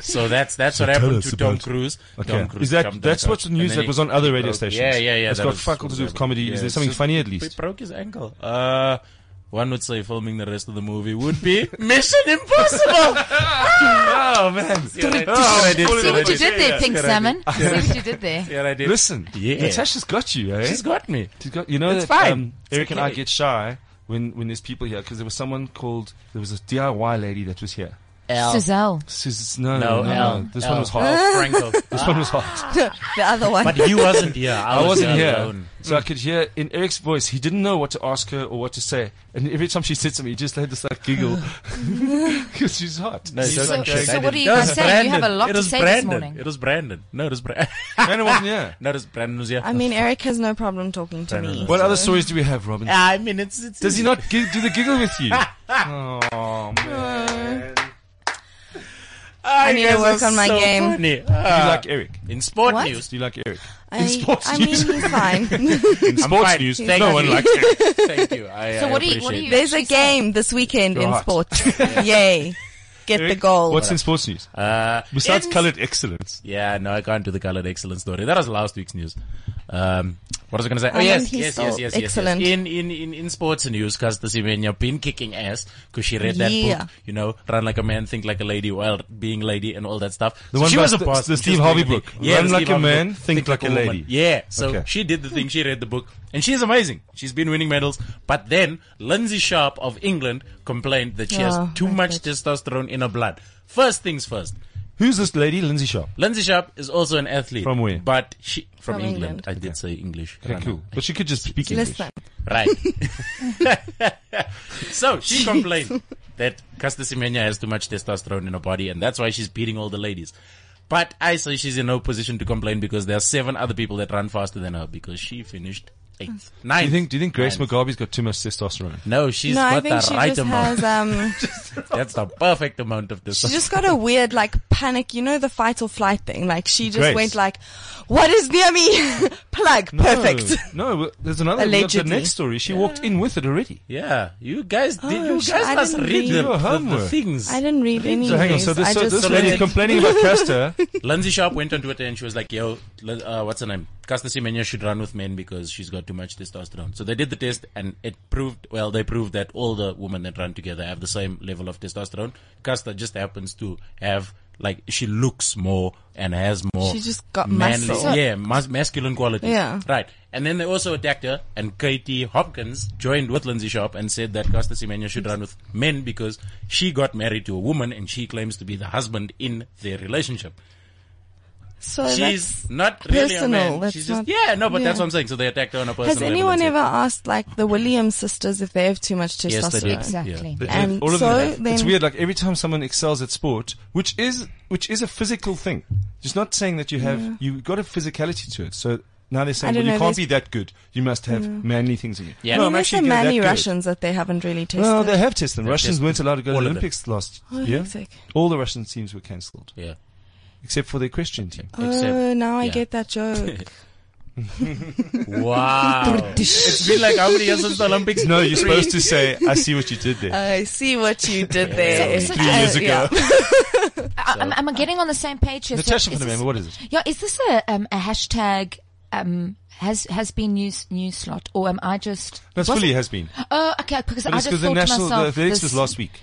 So that's that's what
tell
happened
us
to Tom
about-
Cruise.
Okay.
Tom Cruise
Is that
jumped
that's
out.
what's the
And
news
then
that
he
was on other radio
broke-
stations?
Yeah, yeah, yeah.
It's
that
got
was-
fuck all to do with comedy.
Yeah,
Is there
it's
something
just-
funny at
He
least?
broke his ankle. Uh, one would say filming the rest of the movie would be [laughs] Mission
[laughs]
Impossible. Ah!
Oh man! Oh,
I did,
See what you did there, Pink
Yeah,
Salmon. See what you did there.
Yeah, I did.
Listen,
Yeah.
Natasha's got you, eh?
She's got me.
She's got- you know
It's
that
fine.
Um,
It's
Eric and I
okay.
get shy when when there's people here because there was someone called there was a DIY lady that was here.
Suzelle.
Sus- no, no,
No,
no,
Al.
This
Al.
one was hot.
Al
[laughs]
Franco.
This one was hot.
the other one.
But he wasn't here. I,
I wasn't here,
alone.
so I could hear in Eric's voice. He didn't know what to ask her or what to say, and every time she said something, he just had this like giggle because she's hot.
No, it
So-
doesn't
so
check.
what
I
are
didn't-
you
That
guys
was
saying? You have a
Brandon.
lot
It
to
was
say this
Brandon.
morning.
It was Brandon. No, it was Brandon.
And it wasn't here.
[laughs] no, it was Brandon was
I
here.
mean, Eric has no problem talking to me.
What other stories do we have, Robin?
[laughs] I mean, it's it's.
Does he not gi- do the giggle with you? oh man,
I need to work on my game.
Funny.
do
Ah.
you like Eric?
in sport
What?
news,
Do you like Eric?
I,
sports
I mean,
news.
he's
[laughs]
fine.
In sports news,
Thank
no
you.
one likes it.
[laughs] Thank you. I,
So
I
what do you- what
appreciate
do you-
it.
There's a game this weekend in
Right. [laughs]
sports. Yay. Get the goal.
What's in sports news?
Uh,
Besides
in-
coloured excellence.
Yeah, no, I can't do the colored excellence story. That was last week's news. Um, what was I going to say? Oh,
Um,
yes,
he
yes,
sold
yes, yes, yes, yes.
excellent.
In, in, in, in sports news, Casta Semenya been kicking ass because she read that
Yeah.
book, you know, Run Like a Man, Think Like a Lady while being lady and all that stuff.
The
so
one
she
by
was a
St-
boss.
the
She
Steve
was
Harvey
doing the
book.
thing. Yeah,
Run
the Steve
Like a
Harvey
Man,
book,
Think Like a
woman.
Lady.
Yeah, so
Okay.
she did the thing. She read the book and she's amazing. She's been winning medals. But then Lindsay Sharp of England complained that
Oh,
she has too
my
much testosterone in her blood. First things first.
Who's this lady? Lindsay Sharp.
Lindsay Sharp is also an athlete.
From where?
But she from,
From
England.
England.
I did say English.
Okay,
Rana.
cool. But she could just speak English.
Listen.
Right.
[laughs]
so she complained that Casta Semenya has too much testosterone in her body and that's why she's beating all the ladies. But I say she's in no position to complain because there are seven other people that run faster than her because she finished eighth. Ninth.
Do you think? Do you think Grace
Ninth.
Mugabe's got too much testosterone?
No, she's
No, I
got
think
the
she
right
just
amount.
has,
[laughs]
um,
[laughs] That's the perfect amount of
she
testosterone.
just got a weird, like, panic, you know, the fight or flight thing. Like, she just
Grace.
went like, what is near me? [laughs] Plug. Perfect.
[laughs] No, well, there's another. we got The
Allegedly.
next story, she walked in with it already.
Yeah, you guys did.
Oh,
you
sh-
guys
I
must
didn't
read
read
the,
your
the- the
homework.
things.
I didn't read any
So hang on.
news.
So this,
I
so
just
this
read
lady's
it.
complaining about
[laughs]
Casta.
Lindsay Sharp went onto Twitter and she was like, yo, Lin- uh, what's her name? Casta Semenya should run with men because she's got too much testosterone. So they did the test and it proved, well, they proved that all the women that run together have the same level of testosterone. Casta just happens to have, like, she looks more and has more.
She just got muscle.
Yeah, mas- masculine qualities.
Yeah.
Right. And then they also attacked her and Katie Hopkins joined with Lindsay Sharp and said that Casta Semenya should run with men because she got married to a woman and she claims to be the husband in their relationship
so that's-
she's not really
personal,
a man.
that's
She's just
not-
yeah, no, but
yeah.
that's what I'm saying. So they attacked her on a personal.
Has
level
anyone
and said-
ever asked like the Williams sisters if they have too much testosterone?
Yes, they did.
Exactly.
Yeah.
And
All of
so
them.
then
it's weird. Like every time someone excels at sport, which is which is a physical thing. It's not saying that you have you've got a physicality to it. So now they're
I
saying well,
don't know,
you can't
there's-
be that good. You must have manly things in you.
Yeah.
No,
I
I mean,
I'm
there's
actually
the
good at that
many
good.
Russians that they haven't really tested.
No, they have tested them.
They've
Russians
tested
weren't allowed to go to
all
the
of them.
Olympics last
Oh,
year.
hectic.
All the Russian teams were cancelled
Yeah.
except for their
[laughs]
Christian team.
Oh,
Except-
now I
yeah.
get that joke. Uh,
Wow. it's been like how many years since the
[laughs]
Olympics?
No, you're supposed to say, "I see what you did there."
I see what you did there.
It's Three years
Uh, yeah.
I, I'm, I'm getting on the same page here. So
Natasha,
is
for the
this-
member, what is it?
Yeah, is this a um, a hashtag um has has been news news slot or am I just?
That's
was
fully
it-
has been.
Oh, okay. Because
But
I
it's
just
because the
thought
national
to myself.
the Olympics
this-
was last week.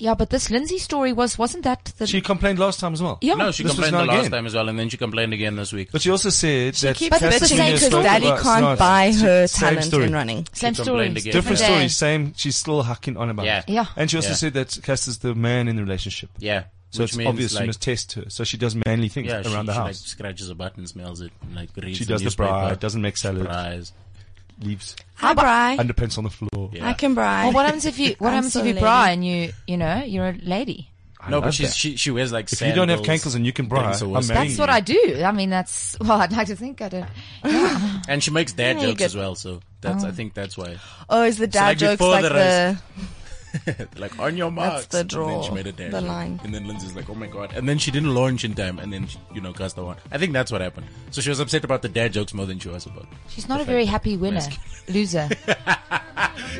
Yeah, but this Lindsay story was wasn't that the
She complained last time as well.
yeah?
No, she
This was
complained
now
the last
again.
time as well, and then she complained again this week.
But she also said that
Keep bitching
Semenya
because
spoke
daddy
about-
can't
no, it's
buy her
same
talent
story.
in running.
same
She
story.
complained again.
Different
Yeah.
story, same. She's still hacking on about
Yeah.
it.
Yeah.
And she also
Yeah.
said that Cass is the man in the relationship.
Yeah.
So
Which
it's
means
obvious
like,
you must test her. So she does manly things
yeah, she,
around the
she, like
house.
scratches a button, smells it, and, like reads.
she does the
newspaper,
bride, doesn't make salad,
cries.
leaves
I bri.
underpants on the floor.
Yeah.
I can bri.
Well, what happens if you
[laughs]
what
I'm
happens
so
if you
lady.
bra and you you know you're a lady?
I
No,
love
but she's,
that.
she she wears like.
if you don't have
sandals.
cankles and you can bra,
Thanks,
I'm
Alyssa.
marrying
That's what
you.
I do. I mean, that's well, I'd like to think I don't.
and she makes dad
Yeah, you
jokes
get-
as well. So that's I think that's why.
Oh, is the dad
like
jokes
before
like
the
the?
[laughs] like on your marks.
That's the
And then she
draw,
made a dash.
the line.
And then Lindsay's like, oh my god. And then she didn't launch in time. And then she, you know, cast the one. I think that's what happened. So she was upset about the dad jokes more than she was about.
She's not a very happy winner,
[laughs]
loser.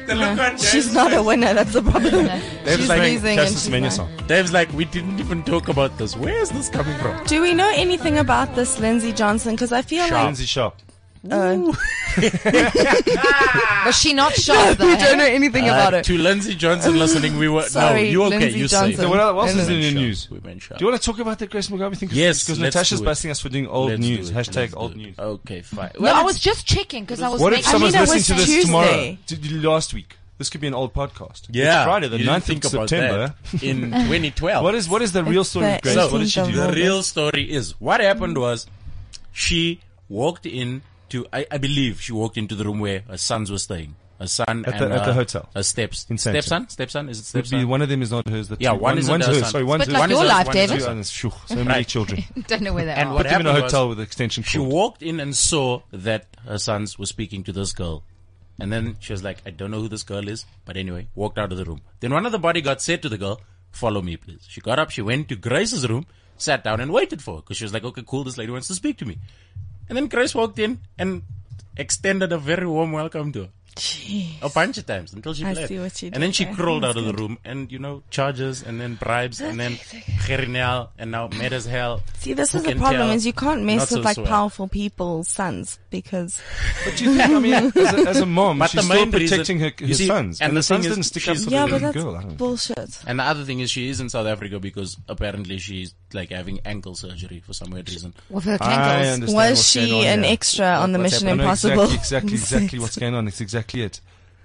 The look on
She's not a winner. That's the problem. [laughs] she's
like
losing. And
That's
she's
the Smenia
like-
song.
Dave's like, we didn't even talk about this. Where is this coming from?
Do we know anything about this Lindsay Johnson? Because I feel like
Lindsay Sharp.
Was she not sharp
we
though?
don't know anything about
Uh,
it.
to Lindsay Johnson listening, we were
Sorry,
no, you okay?
Lindsay
you
Johnson.
So what else
Ellen.
is in the
Sharp.
news?
We went sharp.
Do you want to talk about the Grace McGarvey thing?
Yes,
because
let's
Natasha's
do it.
busting us for doing old
Let's do
news.
it. Let's
Hashtag
do
old
it.
news.
Okay, fine.
No,
Well,
I was just checking because I was.
What if
making,
someone's
mean, it
listening
was
to this
Tuesday.
tomorrow? To- to Last week. This could be an old podcast.
yeah,
It's Friday, the
you didn't
9th
think
of
about
September. [laughs]
that in 2012.
What is what is the real story
the
of Grace?
So-
what did she do?
The real story is what happened was she walked in to I, I believe she walked into the room where her sons were staying. Her son
At the-
and
at the
her-
hotel.
Her steps.
In Sandton.
Stepson? Stepson? Is it
Would be
stepson?
one of them is not hers. The
Yeah,
two-
one is
one's
her
hers.
son.
Sorry, one's
But
hers.
like
One is
your
hers,
life,
one is
David.
Two others. Shoo, so many
Right.
children.
[laughs] don't know where they
And
are.
what
Put them in a
happened was-
hotel with extension
She
cord.
walked in and saw that her sons were speaking to this girl. And then she was like, I don't know who this girl is. But anyway, walked out of the room. Then one of the bodyguards said to the girl, follow me, please. She got up, she went to Grace's room, sat down and waited for her. Cause she was like, okay, cool. This lady wants to speak to me. And then Grace walked in and extended a very warm welcome to her. A bunch of times until she
I
bled.
see what she did
And then she
there.
crawled out of the room and, you know, charges and then bribes and then Gerinel and now mad as hell.
See, this
Who
is the
can
problem:
tell?
is you can't mess
Not
with
so
like
swell.
powerful people's sons because
But you think, I
[laughs]
mean, as a, as a mom,
But
she's
the
still
main reason-
protecting her, her
you see,
sons.
and
And,
the
the sons
thing is,
didn't stick up
she's-
for
yeah,
the
but
little
that's
girl. I don't know.
bullshit.
And the other thing is, she is in South Africa because apparently she's like having ankle surgery for some weird reason.
With her
I
cankles.
understand
Was
what's going
she
on
an
here.
extra on the
What's
Mission
I know
Impossible? [laughs]
Exactly, exactly, exactly what's going on. It's exactly it.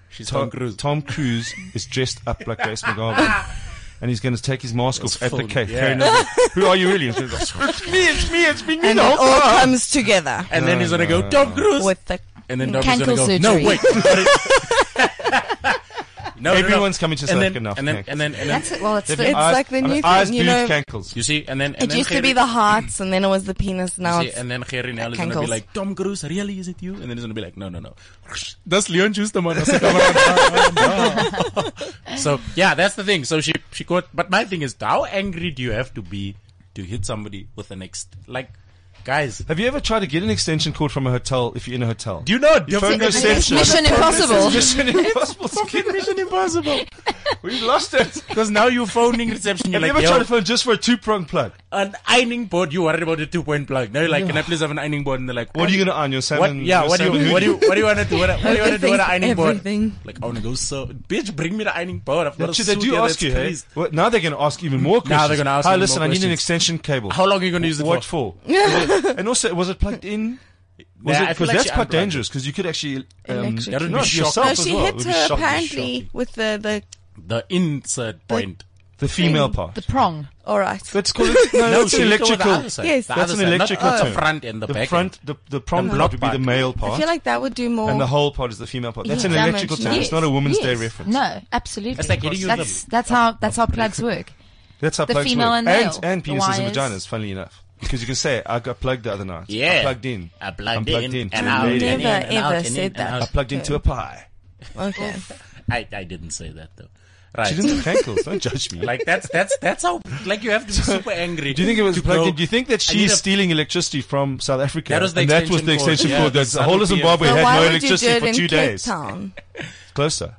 She's
Tom,
Tom Cruise.
Tom Cruise is dressed up like
[laughs]
Grace McGarvey. And he's going to take his mask
It's
off at the
full,
cake.
yeah.
Fair
[laughs]
enough. Who are you really? It's me, it's me, it's been me
and
the
it
whole
all
time.
comes [laughs] together
and then he's gonna go,
Oh,
Tom Cruise!
with the
and then Tom is gonna
Cankle
go,
surgery.
[laughs]
no,
[laughs]
wait. sorry." [laughs] no, no, no.
Everyone's coming to South
and
Africa
then,
now.
and then, and then, and then,
That's it. Well, it's
It's
the,
Eyes-
like the
I mean,
new thing,
eyes,
you
boots,
know.
cankles.
you see, and then, and
It
then
used to be
Gerry-
the hearts, and then it was the penis. Now
you see,
it's
and then Gerinel is gonna be
cankles.
like, Tom Cruise, really? Is it you? And then he's gonna be like, no,
[laughs]
no, no. That's Leon Schusterman. [laughs] I said, "Come on, come on." [laughs] so yeah, that's the thing. So she she caught. But my thing is, how angry do you have to be to hit somebody with an ex? Like, guys,
Have you ever tried to get an extension cord from a hotel if you're in a hotel?
do you know? how
Your phone
different-
goes central.
Mission Impossible.
Mission
[laughs]
Impossible. [laughs]
Mission Impossible.
We've lost it.
[laughs] Because now you're phoning reception. You're
Have you
like,
ever
yo,
tried a phone just for a two-prong plug?
an ironing board. You worried about the two point plug. Now you're like, can I please have an ironing board? And they're like,
What are you going to iron your
What,
salmon?
yeah,
your
what do
salmon
you what do you
hoodie?
what do you want to do? What, what do you want to do with an
Everything,
ironing board?
everything.
Like I want to go so bitch, bring me the ironing board. I've got a
Shit,
suit
they do
here
ask
that's
you, hey?
creased.
Well, now they're going to ask even more questions.
they're gonna ask
Hi,
even
listen,
more
I need an
questions.
extension cable.
How long are you gonna use it
What
for?
for? and also, was it plugged in? Was
Nah,
it
I feel
because
like
that's
she
quite
unplugged
dangerous because you could actually um,
Electrocute. That
would be
not
shocking.
yourself
No,
as
she
well. It
hit
would be
her
shocking.
apparently with the the.
The insert point.
the female part.
the prong.
All right.
Let's call it no, it's
she
an
hit her with the
electrical.
other side.
Yes.
The
That's
other
an
side, not-
electrical
not the
term.
front and the,
The
back.
front, the the prong
block
part would be the
part.
male
I
part,
feel like that would do more.
and the whole part is the female part. That's an
Damage,
electrical term. It's
yes.
not a woman's
Yes.
day reference.
No, absolutely.
That's like getting you
That's,
the-
that's how that's how plugs work.
That's how
The
plugs
female
work.
and male.
and and
The
penises and
wires.
vaginas. Funnily enough, because you can say I got plugged the other night.
Yeah.
I plugged in.
I plugged
I'm
in,
plugged in. to
and
a
out,
lady.
and in,
Never,
and out,
ever
and in,
said
and
that.
out.
I plugged into a pie.
okay.
[laughs] I, I didn't say that though. Right.
She didn't have ankles. Don't judge me.
[laughs] like that's that's that's how like you have to [laughs] be super angry.
Do you think it was
to
plugged
go-
in? Do you think that
I need
she's
a-
stealing electricity from South Africa?
That was the
and that was the extension
extension cord.
cord.
Yeah,
that
the
the whole of
South
Zimbabwe
African-
But
had
why
no
would you do
electricity
it
for
in
two
Cape
days.
Town?
Closer.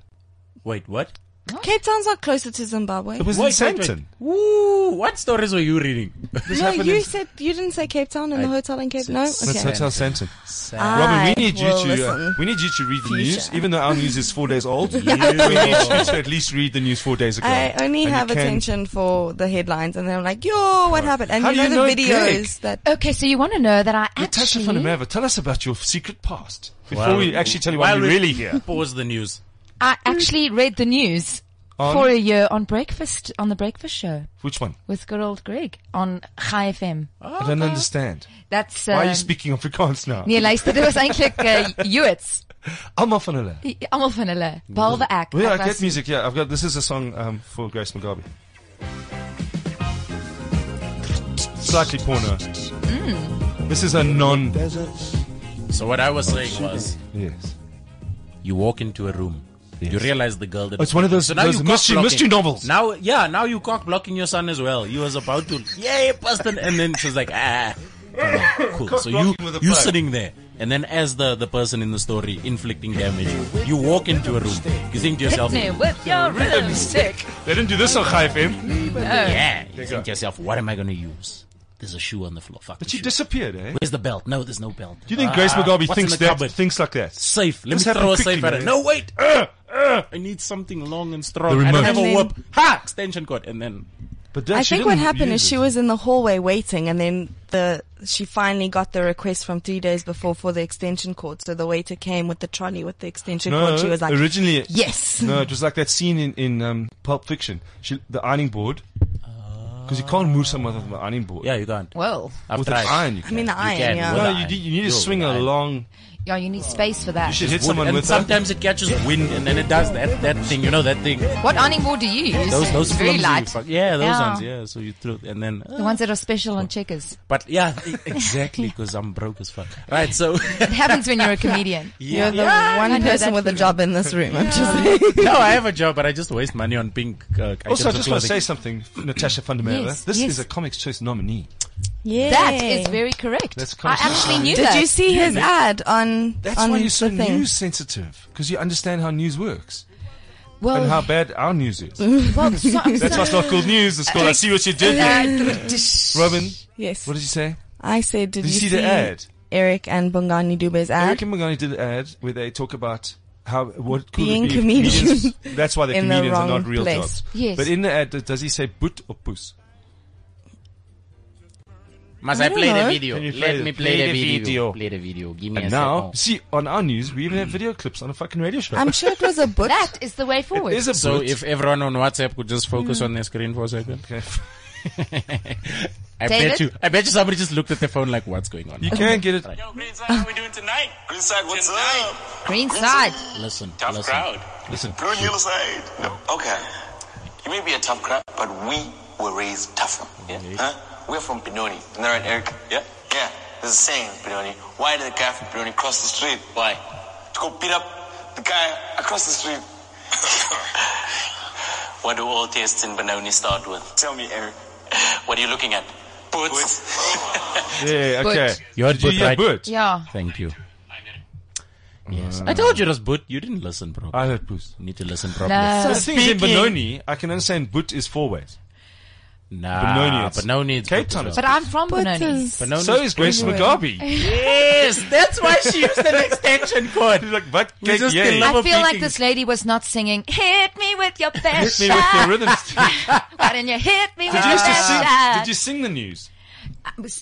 Wait, what?
Cape Town's not closer to Zimbabwe.
It was
Wait,
in
wait, wait.
Sandton.
Ooh, what stories were you reading? This
No,
happened
you
in
said you didn't say Cape Town in the
I
hotel in Cape. No,
said
That's
okay.
Hotel Sandton.
Sa-
I
Robin, we need you
will
to uh,
listen.
we need you to read the news,
Future.
even though our news is four days
[laughs]
old. we need you to at least read the news four days ago.
I only
And you
have
can-
attention for the headlines, and then I'm like, "Yo, what happened?" And
How
you
do
know
you
the
know it,
videos that
Okay, so you want to know that I
Natasha
actually
Funameva, tell us about your secret past before
Well,
we actually tell you
while
what you're
we-
really
[laughs]
here.
Pause the news.
I actually read the news
On-
for a year on breakfast on the breakfast show
Which one?
with good old Greg on High FM.
I don't understand.
That's
Why are you
um,
speaking Afrikaans now?
Nee, luister, dit was eintlik uh, Juits.
Almal van hulle.
Almal van hulle, behalwe ek.
Well, yeah, I
Ek
get
was-
music. Yeah, I've got this is a song um, for Grace Mugabe. Slightly porno.
Hmm.
This is a non. Oh,
So what I was saying was,
Yes.
you walk into a room You realize the girl that.
Oh, It's one of those- those
you
mystery-
cock-blocking.
mystery novels.
Now, yeah, now you cock blocking your son as well. He was about to, yeah, person, and then she's like, ah, cool. So you
Cock-blocking with a
you
pie.
sitting there, and then as the the person in the story inflicting damage, you walk into a room. You think to yourself,
Hit me with your rhythm stick.
They didn't do this on High FM.
yeah, you think to yourself, what am I going to use? There's a shoe on the floor. Fuck.
But
the
she
shoe.
disappeared, eh?
Where's the belt? No, there's no belt.
Do
Ah,
you think Grace
what's
Mugabe
in
thinks
the
that
cupboard?
thinks like that?
safe. Let
This
me
happened
throw a
quickly,
safe at
man.
it. No, wait. Uh, uh, I need something long and strong.
The
I
remote.
don't have a
And
whip. Ha! Extension cord. And then
But that,
I
she
think
didn't
what happened
use
is she
it.
was in the hallway waiting, and then the she finally got the request from three days before for the extension cord. So the waiter came with the trolley with the extension
No,
cord. She was like,
originally
"Yes,
No, it was like that scene in in um, Pulp Fiction, she, the ironing board, because you can't move someone with an ironing board.
yeah, you can't.
Well,
I've
with
tried.
an iron, you
I
can.
mean the
You can,
iron, yeah."
with
no,
an
you,
iron.
do, you need to
Yo,
swing
with
a
an iron.
long.
yeah, you need space for that.
You should hit
Wood,
someone
and
with a.
sometimes it catches wind, and then it does that that thing. You know that thing.
What ironing board do you use?
Those those
Very
flimsy
light.
fuck- yeah, those
Yeah.
ones. Yeah, so you throw and then. uh,
The ones that are special
[laughs]
on checkers.
but yeah, [laughs] e- exactly because I'm broke as fuck. Right, so [laughs]
It happens when you're a comedian.
[laughs]
yeah.
You're the
I
one
know
person
that
with a
feeling.
job in this room. I'm just saying.
no, I have a job, but I just waste money on pink. Uh,
Also, I
items of
just want to say
clothing.
something, Natasha Fundamera.
Yes,
this
yes.
is a Comics Choice nominee.
[laughs] yeah,
That is very correct.
That's
I
conscious.
actually knew
Did
that.
you see his ad on?
That's
on
why you're so
Oh, the thing?
news sensitive, because you understand how news works and how
well,
bad our news is.
well, so, I'm
That's
so-
why it's not called news. It's called I see what you did there. Robin,
Yes,
what did you say?
I said. Did,
Did you see
see
the ad?
Eric and Bongani Dube's ad.
Eric and Magani did an ad where they talk about how what could
Being
it be if
comedians
That's why the
[laughs] in the
comedians are
wrong
not real
place.
jobs.
Yes.
But in the ad, does he say boot or puss?
Must I
don't
play
know.
the video?
Can you play
Let
the-
me play,
play the
the, video.
video.
Play the video. Give me
And
a
now,
second.
see, on our news, we even have
Hmm.
video clips on a fucking radio show.
I'm sure it was a
[laughs]
book.
that is the way forward.
It is a
So
boot.
if everyone on WhatsApp could just focus on their screen for a second.
Okay.
[laughs] I
David?
bet you. I bet you somebody just looked at their phone like, "What's going
[laughs]
on?"
you can get it.
Yo, Greenside, how we doing tonight? Greenside, what's up?
Green side.
Listen,
Tough
listen.
crowd.
Listen,
Blue and yellow side. No. Okay. You may be a tough crowd, but we were raised tougher. Yeah? Huh? We're from Benoni. Isn't that right, Eric? Yeah? Yeah. There's a saying in Benoni. Why did the guy from Benoni cross the street? Why? To go beat up the guy across the street. [laughs] what do all tests in Benoni start with? Tell me, Eric. What are you looking at? [laughs] Boots.
yeah, okay.
You had
Did you
boot,
hear
right?
boot?
Yeah.
Thank you. Yes, I told you it was boot. You didn't listen, bro.
I heard boot.
You need to listen properly.
No.
The thing is, in
Speaking-
Benoni, I can understand boot is four ways.
Nah,
Benoni, it's-
but no needs.
Cape
boot
Town
as
is-
But uh, I'm from
But
Benoni.
it's-
Benoni
So is Grace
Anyway.
[laughs]
Mugabe.
Yes, that's why she used an extension cord.
She's like, but
You just
yeah.
can
I
love-
feel like
Beaking.
this lady was not singing, hit me with your best
[laughs] Hit me with your
shot.
rhythm [laughs] stick.
Why didn't you hit me with
Did you
your
used to
best
sing?
shot?
Did you sing the news?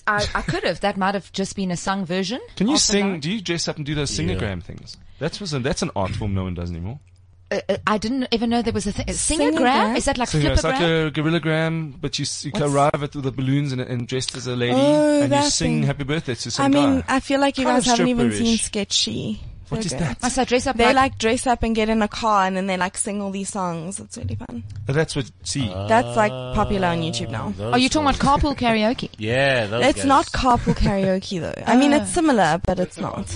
I, I could have. That might have just been a sung version.
Can you
of the
sing?
line.
Do you dress up and do those singagram things? That was a, that's an art form no one does anymore.
Uh, uh, I didn't even know there was a thing. Singergram?
Singergram?
Is that like
Singagram. It's like
flippergram?
a gorillagram, but you, s- you
What's-
arrive at with the balloons and, and dressed as a lady,
Oh,
and you
that
sing
thing.
happy birthday to some
I mean,
guy.
I feel like you
Kind
guys
of
haven't even seen
stripperish.
Sketchy.
What is
Okay.
that?
Must I dress up
They
like,
like dress up and get in a car and then they like sing all these songs. It's really fun.
That's what. See,
That's like popular on YouTube now.
Are you talking about carpool karaoke?
Yeah, those
It's
guys.
not carpool karaoke though. I mean, it's similar, but it's not.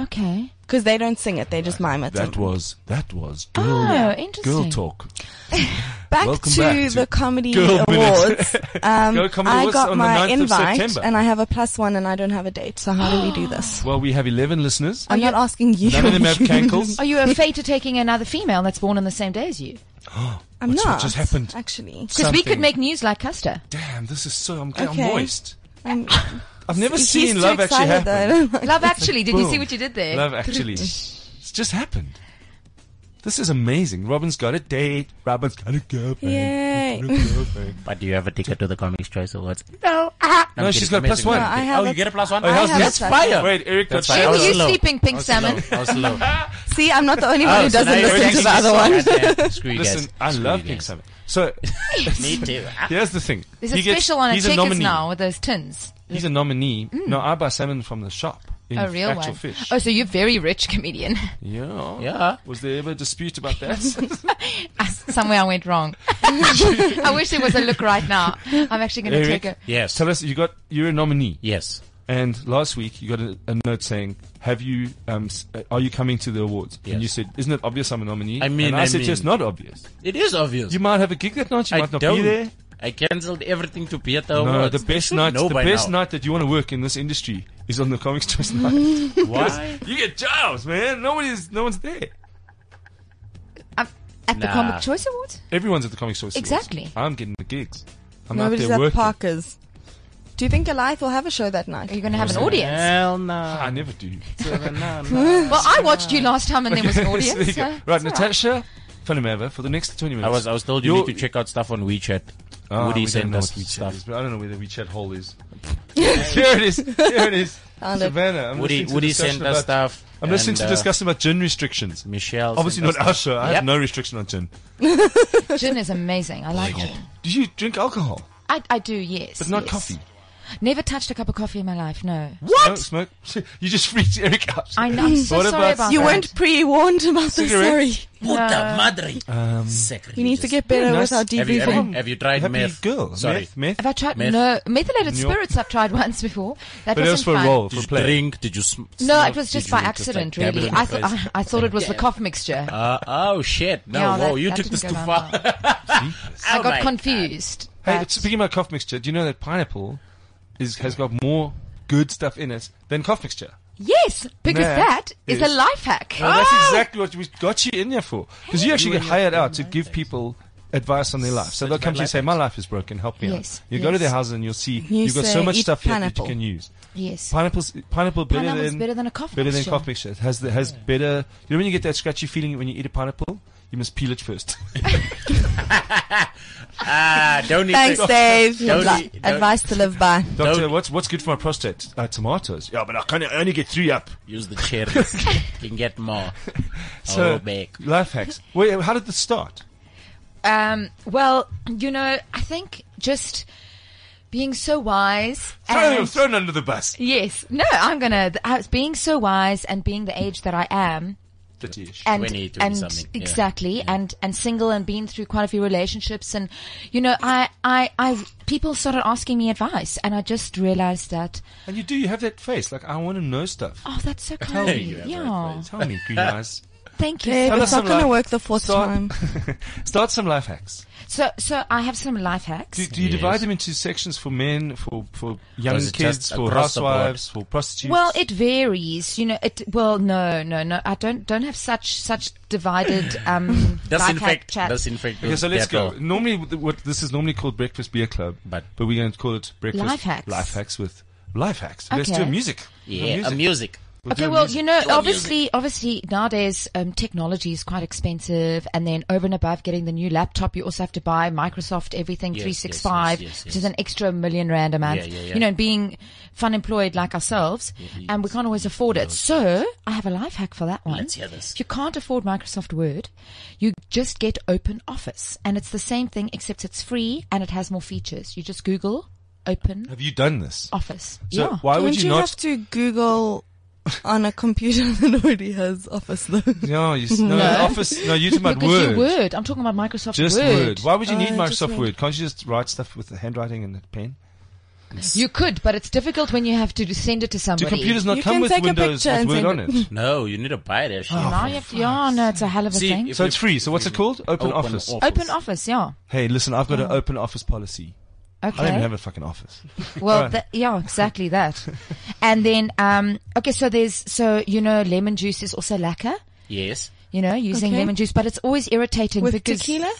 Okay.
Because they don't sing it, they just mime it.
that
And-
was that was girl,
Oh, interesting.
girl talk.
back,
Welcome
to
back to
the comedy
Girl
awards. Um,
[laughs] Girl Comedy
I
Awards
got
on the
my
9th of
invite,
September.
and I have a plus one, and I don't have a date. So how do we do this?
Well, we have
[laughs]
eleven listeners.
I'm not asking you.
None
[laughs]
of them have cankles.
[laughs] Are you afraid to taking another female that's born on the same day as you?
I'm
What's- what
not.
just happened?
Actually,
Because we
Something.
could make news like Custer.
Damn, this is so. I'm, I'm
Okay.
moist.
I'm,
I've never
he's
seen
too
love actually
excited, though. [laughs] I
happen.
don't like-
Love Actually. Did you see
boom.
what you did there?
Love actually, it's just happened. This is amazing. Robin's got a date. Robin's got a girlfriend.
Yay.
Got a
[laughs]
girlfriend.
But do you have a ticket to the Comics Choice Awards? Ah.
No, she's got plus one.
No, I have
oh, you
a-
get a plus one.
Oh, how's
I have
this?
a plus
Fire.
Wait, Eric got
That's fine.
Who
I
were
was
you
slow.
sleeping, Pink
I was
Salmon?
slow. I was slow.
See, I'm not the only one
Oh,
who
so
doesn't
now you're
listen to the
already-
other one.
Goddamn, Screw you guys.
Listen, I
Screw
love
you
King
guys.
Salmon. So
Me too.
here's the thing.
There's a
He gets-
special on a
he's
checkers
nominee.
now with those tins.
He's a nominee. No, I buy salmon from the shop. In
A real
actual
one.
fish.
Oh, so you're very rich
[laughs]
comedian.
Yeah.
Yeah.
Was there ever a dispute about
[laughs]
that?
Ah, Somewhere I
[laughs]
went wrong. I wish there was a look right now. I'm actually going to
Eric?
take a.
Yes.
Tell us, you got you're a nominee.
Yes.
And last week you got a, a note saying, "Have you? Um, s- uh, are you coming to the awards?" And
Yes.
you said, "Isn't it obvious I'm a nominee?"
I mean,
and I,
I
said,
mean-
"Yes, not obvious.
It is obvious.
You might have a gig that night. You
I
might not
don't.
be there."
I cancelled everything to Peter.
No,
Awards.
the
They [laughs]
best
should
night,
know
the
by
best
now.
night that you want to work in this industry is on the comics choice night.
Why?
you get jobs, man. Nobody's, no one's there.
Um, at the
Nah.
Comic Choice Awards?
Everyone's at the comics choice. Awards.
Exactly.
I'm getting the gigs. I'm
Nobody's
out there
at
working.
Parker's. Do you think Goliath will have a show that
Are you
night?
going to have an audience?
Hell
Ah, I
no.
never do.
Well, I watched you last time and there
[laughs]
was an
So there you
audience.
go.
so
right,
it's all
Natasha, Funimava, for the next 20 minutes.
I was I was told you
You're-
need to check out stuff on WeChat.
Ah, we
Woody
don't
sent
know
us
what WeChat
stuff.
is, but I don't know where the WeChat hole
[laughs]
is. here it is. Here it is.
Found it.
Savannah. I'm
Woody
listening to
Woody
discussion
sent us
about-
stuff.
I'm listening
and,
to
uh,
discussion about gin restrictions.
Michelle.
Obviously
sent
not
us
our
stuff.
show. I
Yep.
have no restriction on gin.
right. Gin is amazing. I like gin.
Do you drink alcohol?
I, I do, yes.
But not
yes.
coffee.
Never touched a cup of coffee in my life, no.
What? Smoke, [laughs] smoke. You just freaked [laughs] Eric out.
I know, I'm so
What
sorry
about-
about
You
that.
weren't pre-warned about this.
Cigarettes?
Sorry,
Puta madre.
Um,
Sacrilegious.
we need to get better
Nice.
with our
Have you, have,
debriefing.
you, have you tried
Happy
meth?
girl.
Sorry.
Meth, meth.
Have I tried?
Meth.
No, methylated
No.
spirits I've tried once before. That
But it
wasn't
was for
fun.
role,
Did
for
you
play.
drink? Did you sm-
No,
smoke?
it was
Did
just
you
by
like
accident,
dab it
really.
in your
I thought
face?
[laughs] I, I thought it was the cough mixture.
Uh, oh shit! No,
Yeah,
whoa,
that-
you
that
took this too
didn't go
far. [laughs]
down well. I
Oh my
got
God.
confused.
Hey,
but-
speaking about cough mixture, do you know that pineapple is, has got more good stuff in it than cough mixture?
yes, because
Nah.
that is a
Yes.
life hack. Ah!
Well, that's exactly what we got you in there for. Because you actually get hired out to give people advice on their life. So they'll come to you and say, my life is broken, help me
Yes,
out. You go to
yes.
their house and you'll see
You
you've got
say,
so much
"Eat
stuff here that you
pineapple."
can use.
Yes.
Pineapple's pineapple better
Pineapple's
than
better than a cough
better than
mixture.
cough mixture. It has the, has better. You know when you get that scratchy feeling when you eat a pineapple, you must peel it
[laughs]
first.
Ah, don't need
Thanks,
to-
Dave.
Don't
Advi-
eat- don't-
Advice to live by.
Doctor, what's what's good for my prostate? Uh, tomatoes. Yeah, but I can only get three up.
[laughs] Use the
[laughs]
cherries. you can get more.
So
oh, back.
life hacks. Wait, how did this start?
Um, well, you know, I think just being so wise.
Thrown,
and-
thrown under the bus.
yes. No, I'm gonna. th- I was being so wise and being the age that I am,
Thirty-ish.
and
20, 20
and
something, yeah.
exactly, and and single and been through quite a few relationships, and you know, I I I people started asking me advice, and I just realized that
And you do. You have that face. Like I want to know stuff.
oh,
[laughs]
that's so kind. of
you
you.
have that
yeah,
Tell me, green eyes.
thank you.
Dave,
so
us
it's not
some
going to
life-
work the fourth [laughs]
Start-
time.
Start some life hacks.
So so I have some life hacks.
Do, do you
Yes.
divide them into sections for men, for for young
Does it
kids,
just
for
across the board?
housewives, for prostitutes?
Well, it varies. You know, it. Well, no, no, no. I don't don't have such such divided
[laughs]
um life hack
Disinfect.
chat.
Disinfect.
Okay, so let's go.
Dettol.
Normally, th- what this is normally called breakfast beer club,
But-
but we're going to call it breakfast
Life hacks.
Life hacks with life hacks. Let's
Okay.
do a music.
Yeah,
a
a
music.
music.
We'll do
Okay,
a
well,
music.
you know, obviously, obviously nowadays um, technology is quite expensive, and then over and above getting the new laptop, you also have to buy Microsoft everything
Yes,
three six five,
yes, yes, yes,
which is an extra million rand a month.
Yeah, yeah, yeah.
You know, and being fun employed like ourselves, and we can't always afford it. So I have a life hack for that one.
Let's hear this.
If you can't afford Microsoft Word, you just get Open Office, and it's the same thing except it's free and it has more features. You just Google Open
Have you done this?
Office.
So
Oh, yeah.
why would
Don't
you,
you
not?
have to Google on a computer [laughs] that already has Office though?
[laughs] No, you, s- no,
No.
Office. No, you talking about
[laughs] because
Word?
you Word. I'm talking about Microsoft
Just word. Why would you need
Oh, just
Microsoft
Word.
Word? Can't you just write stuff with the handwriting and a pen?
You could, but it's difficult when you have to do- send it to
Do
somebody.
computers not
You
come
can
with
take a
Windows
picture
with
and
Word on
send
it?
No, you need to buy that shit.
Now you Oh. have to, yeah, no, it's a hell of a
See,
thing.
if
So
we-
it's free. So what's it called? Open Office.
Open office, yeah.
Hey, listen, I've got an open office policy. I don't
Okay.
even have a fucking office.
well, tha- yeah,
[laughs]
exactly that. and then, um, okay, so there's, so, you know, lemon juice is also lacquer,
Yes.
you know, using
Okay.
lemon juice, but it's always irritating
With
because
tequila?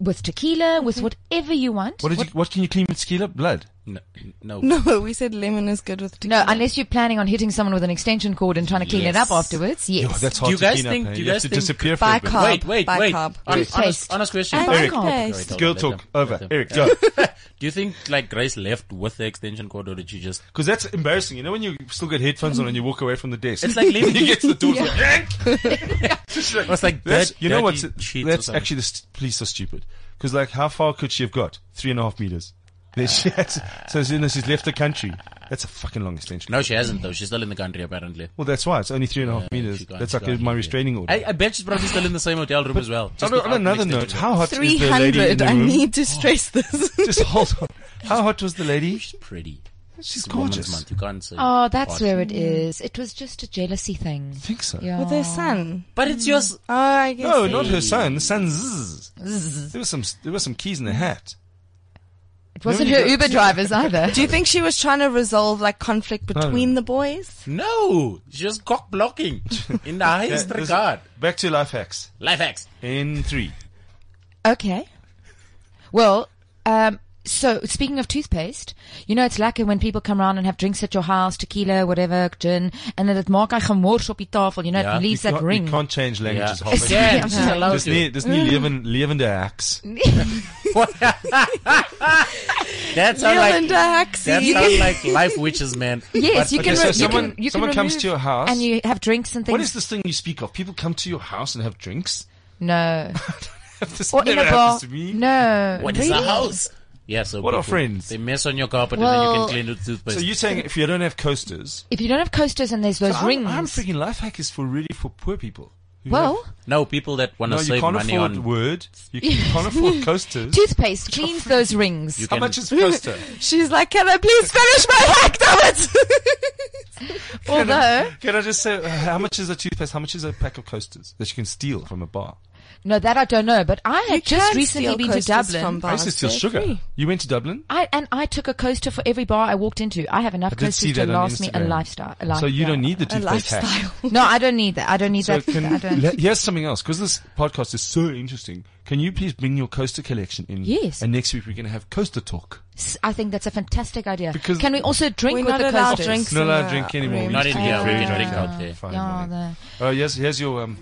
with tequila, with whatever you want.
What did you? What can you clean with tequila? Blood.
No. no.
No, we said lemon is good with
no,
tequila.
unless you're planning on hitting someone with an extension cord and trying to clean
Yes.
it up afterwards. Yes.
Oh, that's hard
you
to
guys
clean up,
think-
eh?
do you
have
guys
to
think-
disappear for a
By
bit.
car.
Wait, wait,
By
wait.
carb.
Honest, honest,
Toothpaste.
honest question.
And Eric. toothpaste.
Wait, hold
Girl
on, let
talk
them- let
over.
them-
Eric,
yeah.
go.
Do you think like Grace left with the extension cord, or did she just?
Because that's embarrassing. You know when you still get headphones on and you walk away from the desk.
It's
[laughs]
like leaving.
you get to [laughs] the door.
It was like
That's,
dirt-
you know
dirty
what's
sheets or
That's
something.
actually the st- police are stupid. Because like, how far could she have got? Three and a half meters. There she [laughs] had to- so as soon as she's left the country, that's a fucking long extension.
No, she hasn't though. She's still in the country apparently.
Well, that's why it's only three and a half meters.
she can't-
That's
she
like
can't
my
leave
restraining order.
I, I bet she's probably still in the same hotel room as well.
on,
just
a-
without
on another
an
note,
extension
how
cord.
hot is the lady in
300.
the
I
room? Oh.
[laughs] need to stress this.
[laughs]
Just hold on. How hot was the lady?
She's pretty.
She's
It's Women's
gorgeous.
Month. You can't say.
Oh, that's
hot.
where it is. It was just a jealousy thing.
I think so.
Yeah.
With her son.
But it's yours.
Oh, I guess.
No, not her son. The son's. There were some. There were some keys in the hat.
It wasn't her Uber drivers either.
Do you think she was trying to resolve like conflict between the boys?
No, it's just cock blocking
[laughs]
in the highest
this-
regard.
Back to life hacks
Life hacks.
in three.
Okay. Well, um, so speaking of toothpaste, you know it's lekker when people come around and have drinks at your house, tequila, whatever, gin, and then it maak hy gemors op die tafel, you know,
Yeah.
it leaves
you
that
can't,
ring.
You can't change
Yeah, [laughs]
languages.
I can. She's
Yeah.
allowed
This
to. [laughs]
new, this new leaven,
Mm.
leaven hacks.
That's how like
Linda Haxey.
that's how like life witches, man.
[laughs] Yes, you
Okay,
can.
so
re- you
someone-
can, you
someone
can
comes
remove-
to your house.
and you have drinks and things.
What is this thing you speak of? People come to your house and have drinks. [laughs]
No,
this
or in
never
a bar.
happens to me.
No,
What is
really?
a house? Yeah, so
What are
people-
friends?
They mess on your carpet
Well-
and then you can clean it with toothpaste.
So you're saying if you don't have coasters,
If you don't have coasters and there's
So
those
I'm,
rings,
I'm thinking life hack is for really for poor people. who
well,
have-
no, people that want to
no, you
save
can't
money
afford
on.
word. You can't
[laughs]
afford coasters.
toothpaste cleans those rings.
You
How
can-
much is coaster?
[laughs]
She's like, can I please finish my hack, damn it?
[laughs] Although,
Can I just say uh, how much is a toothpaste? How much is a pack of coasters that you can steal from a bar?
no, that I don't know. But I had just recently been to Dublin.
I used to steal sugar. You went to Dublin.
I and I took a coaster for every bar I walked into. I have enough
I did see
coasters to
that on
last me a
Instagram.
lifestyle. A life,
So you
yeah.
don't need the
A
toothpaste
[laughs]
hack.
lifestyle.
No, I don't need that. I don't need
So
that. I
can,
don't.
le- here's something else because this podcast is so interesting. Can you please bring your coaster collection in?
Yes.
And next week we're going to have coaster talk.
[laughs] S- I think that's a fantastic idea.
Because-
can we also drink
We're
with
not
the
allowed
coasters?
drinks.
Not
in
allowed
the
drink anymore.
room.
We
Not
used
in
to
here.
do
We
very
can drink
drunk.
out there.
Fine,
Yeah,
whatever.
the,
Oh yes, here's your um.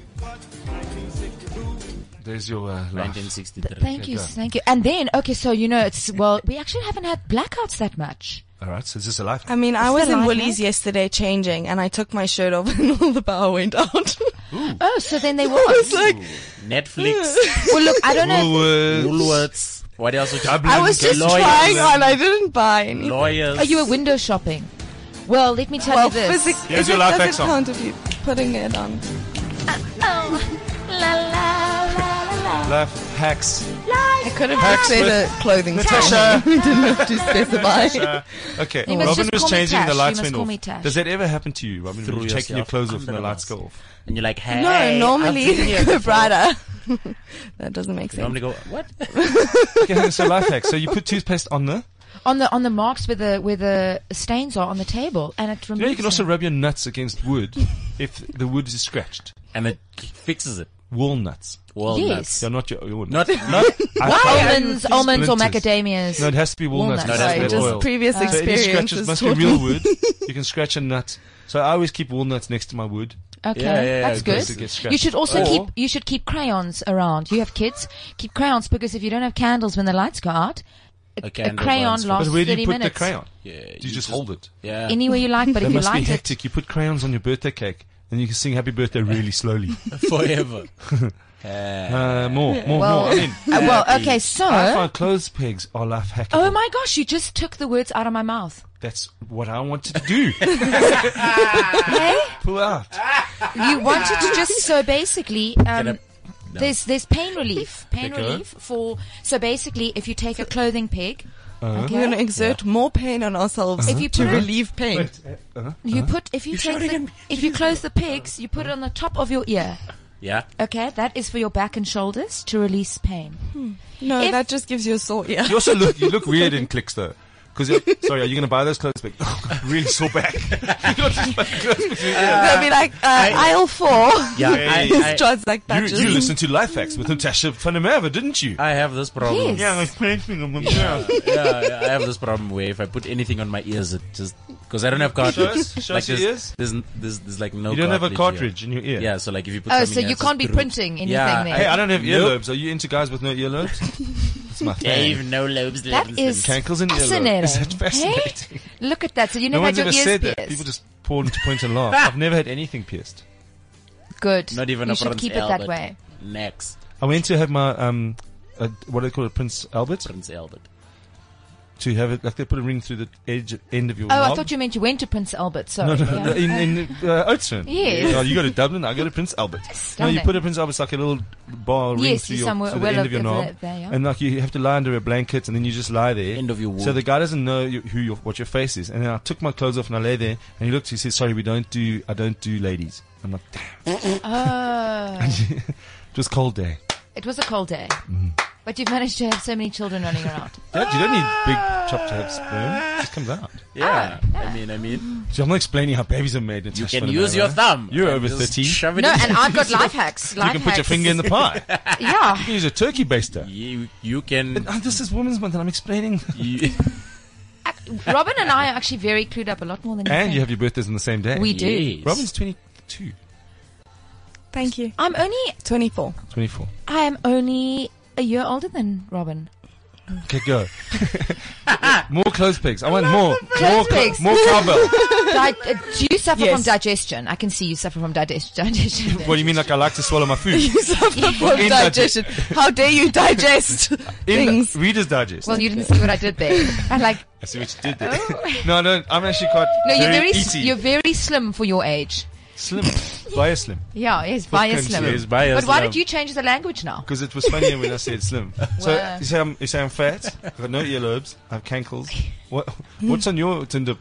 There's your uh, life.
1963.
thank you,
go.
thank you. And then, okay, so you know, it's well, we actually haven't had blackouts that much.
All right, so is this a life?
I mean, I
Is
was
the
in
light
Woolies
hack?
yesterday changing and I took my shirt off [laughs] and all the power went out. [laughs]
Oh, so then they were.
I was like,
[laughs]
Netflix,
well, look, I don't know.
Woolworths.
Woolworths. What else? would you-
Dublin.
I was just
Lawyers.
trying on. I didn't buy any.
Lawyers.
Are you a window shopping? Well, let me tell
Well,
you this.
physic-
Here's
if
your
it
life
doesn't
hack song.
count if you putting it on.
Life hacks.
I could have just
Hacks
said
with
a clothing
Natasha.
Style. [laughs] we didn't have to specify.
Uh, okay,
You must
Robin
just
was
call me
changing
Tash.
the
You
lights
must
went
call
off.
me Tash.
Does that ever happen to you, Robin?
Throw
when you're taking your
yourself
clothes off and
under
the
the
lights
bus.
go off.
and you're like, hey,
No, normally
[laughs]
I've been here
go
before.
brighter. [laughs] that doesn't make
You
sense.
normally go, what?
Okay, so life hack. So you put toothpaste on the.
on the on the marks where the where the stains are on the table, and it removes.
You know, you can also
it.
rub your nuts against wood if the wood is scratched.
And it fixes it.
Walnuts.
Walnuts.
They're not your own.
[laughs]
Not, [laughs] Oh,
almonds, almonds, or
Splinters.
macadamias.
No, it has to be walnuts. because
Walnuts.
No, it
of
has to
the
be
Just
oil.
previous
Uh,
So any scratches
experiences
must be
taught
[laughs]
real
me.
wood. You can scratch a nut. So I always keep walnuts next to my wood.
Okay,
Yeah, yeah, yeah,
that's
it goes
to get
good.
scratched.
You should also
Or-
keep you should keep crayons around. You have kids, keep crayons because if you don't have candles when the lights go out,
a,
a
candle
crayon
burns.
lasts
But where do
thirty
you put
minutes.
the crayon?
Yeah,
Do you just hold it?
Yeah.
Anywhere you like, but
That
if you
must be
light it,
hectic. You put crayons on your birthday cake and you can sing happy birthday really slowly.
[laughs]
forever.
Uh, more, more, more. I
[laughs]
mean,
Uh, well, okay,
I
so
find clothes pegs are life hacking.
oh my gosh, you just took the words out of my mouth.
That's what I wanted to [laughs] do. Pull out.
You wanted to just so basically. Um,
Ah. I-
There's there's pain relief, pain
Okay.
relief for so basically if you take a clothing peg,
Uh-huh.
We're
okay,
going to exert more pain on ourselves
If you
to
put-
relieve pain.
you put if you take the, if you close the pegs, you put it on the top of your ear.
[laughs] yeah.
Okay, that is for your back and shoulders to release pain.
No,
If-
that just gives you a sore ear.
You also look, you look weird in clicks though. Because, sorry, are you going to buy those clothes back? really sore back. [laughs] You're just buying clothes back.
[laughs] They'll be like, uh, aisle four.
Yeah.
[laughs]
I,
Just
I,
drugs like that.
You, you listened to Life Hacks with Natasha Funamava, didn't you?
I have this problem.
Yes. Yeah, I was
yeah, yeah, I have this problem where if I put anything on my ears, it just because I don't have cartridge.
us- show
like
us your
there's,
ears.
There's, n- there's, there's like no.
You don't have a
cartridge
cartridge in your ear.
here. Yeah, so like if you put.
Oh,
something
so
else,
you
it's
can't be
through.
printing anything
yeah,
then.
I-
Hey, I don't have
Nope.
earlobes. Are you into guys with no
[laughs]
earlobes? That's my
Dave,
thing.
no lobes.
That is
Cankles and
fascinating.
earlobes. Is that fascinating?
Hey? Look at that. So you
No
never had
one's
your
ever said
ears pierced.
that. People just pour into points and
[laughs]
laugh. I've never had anything pierced.
Good.
Not even
you
a
should
Prince
keep it
Albert.
that way.
Next,
I went to have my um, uh, what do they call it, Prince Albert?
Prince Albert.
to have it, like they put a ring through the edge end of your.
Oh,
knob.
I thought you meant you went to Prince Albert. Sorry.
No, no,
Yeah.
[laughs] in, in uh, Oudtshoorn.
Yes.
No, you go to Dublin, I go to Prince
[laughs]
Albert. No, you
Stunning.
put a Prince Albert, it's like a little bar ring
Yes,
through,
you
your,
somewhere
through the
well
end
up
of your
in
knob.
the- there, yeah.
And like you have to lie under a blanket and then you just lie there.
End of your
So
wood.
the guy doesn't know you, who your, what your face is. And then I took my clothes off and I lay there and he looked, he said, sorry, we don't do, I don't do ladies. I'm like, damn,
Oh,
it was cold day.
it was a cold day.
Mm.
But you've managed to have so many children running
[laughs]
around.
Dad, you don't need big chopped up sperm. It just comes out.
Yeah. I mean, I mean,
See, I'm not explaining how babies are made.
you can use your thumb.
You're
and
over
just
30.
Shove it
No,
in.
and I've got life
[laughs]
hacks.
You
Life
can put your
hacks.
finger in the pie. You
Yeah.
can use a turkey baster.
you, you
[laughs]
can.
Oh, this is Women's Month and I'm
[laughs]
explaining.
You,
Robin and I are actually very clued up a lot more than you.
And
think.
you have your birthdays on the same day.
we do.
yes.
Robin's 22.
Thank you.
I'm only
24.
24.
I am only a year older than Robin.
Okay, go. [laughs] more clothes pegs. I want more. more
Clothes
clo-
pegs. [laughs]
More cowbell.
Di- uh, do you suffer
Yes.
from digestion? I can see you suffer from
[laughs]
digest- digestion.
what do you mean? Like I like to swallow my
[laughs]
food?
You suffer from
in
digestion. How dare you
[laughs]
digest
In
things?
Reader's Digest.
well, you didn't see what I did
[laughs]
there. I like.
I see what you did there. [laughs] no, no, I'm actually quite
Oh. No, you're very, s-
eaty.
you're very slim for your age.
slim. Buy a slim.
Yeah, yes, via
country
slim.
is
via
but why
slim.
did you change the language now?
Because it was funnier when I said
[laughs]
slim. So
Wow.
you say I'm, you say I'm fat. I've got no earlobes. I have cankles. What,
Hmm.
what's on your Tinder?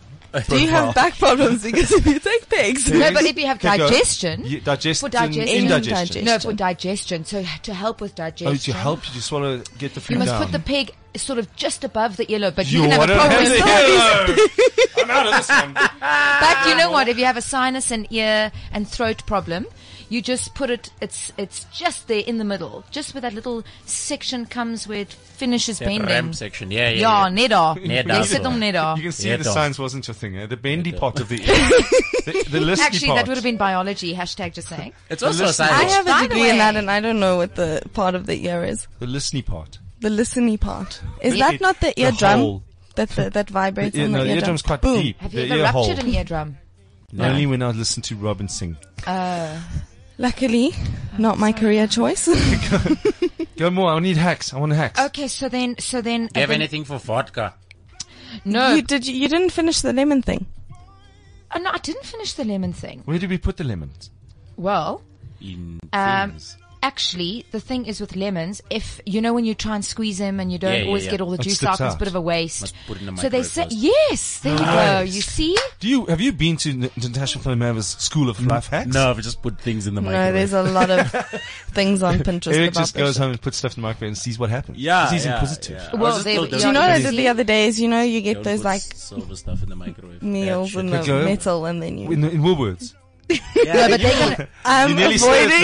Do you have back problems [laughs] because if you take pegs?
No, but if you have
Okay, go.
digestion,
Yeah, digest
for digestion,
indigestion.
no, for digestion. So to help with digestion,
Oh, to help you to swallow, get the food
you must
down.
put the peg sort of just above the earlobe. But you,
You
can have
wanna
a problem.
have
with
the
sinus.
yellow. I'm out of this one.
[laughs] But you know what? If you have a sinus and ear and throat problem, you just put it. It's it's just there in the middle, just where that little section comes where it finishes bending.
Ram section. Yeah, yeah.
yeah,
yeah.
nedar.
Nedar.
They sit on
You
nedar.
can see
Yeah,
the
don't.
science wasn't your thing. Eh? The bendy part of the ear. the, the listy
Actually,
part.
that would have been biology. Hashtag just saying.
It's also a
Listen-
I
science.
have
By
a
the
degree in
way-
that and I don't know what the part of the ear is.
the listening part.
The listening part. Is
it-
that not the
the
eardrum
hole.
that the, that vibrates
The ear-
on the
no, the
eardrum?
eardrum's quite
Boom.
deep.
Have you
the
ever
ear hole.
ruptured an eardrum?
Only when I listen to Robin sing.
Uh,
Luckily, not my career choice.
Go more. I need hacks. I want hacks.
okay, so then, so then,
Do you have
then-
anything for vodka?
No,
[laughs] you did. You, you didn't finish the lemon thing.
Oh, no, I didn't finish the lemon thing.
Where do we put the lemons?
Well,
In
Um,
things.
actually, the thing is with lemons, if you know when you try and squeeze them and you don't
Yeah, yeah,
always
yeah.
get all the
It
juice
slips
out, it's a
out.
bit of a waste.
Must put it in the
so they
microwave
say,
first.
yes, there you go.
Nice.
You see,
Do you have you been to N- Natasha Flameva's School of Life Hacks?
No, we just put things in the
No,
microwave.
there's a lot
[laughs]
of things on Pinterest
Eric
about
just goes
this.
home and puts stuff in the microwave and sees what happens.
yeah,
'Cause he's
yeah,
inquisitive.
yeah. I was
Well,
just
they-
told
Do
Do
those
you know what I
guys
did the other day? Is you know you get
don't
those
put
like
silver stuff in the microwave.
meals
That
and
shit.
the
[laughs]
Okay.
metal, and then you.
In, in Woolworths.
no, but they're gonna.
I'm
you nearly said
avoiding. [laughs]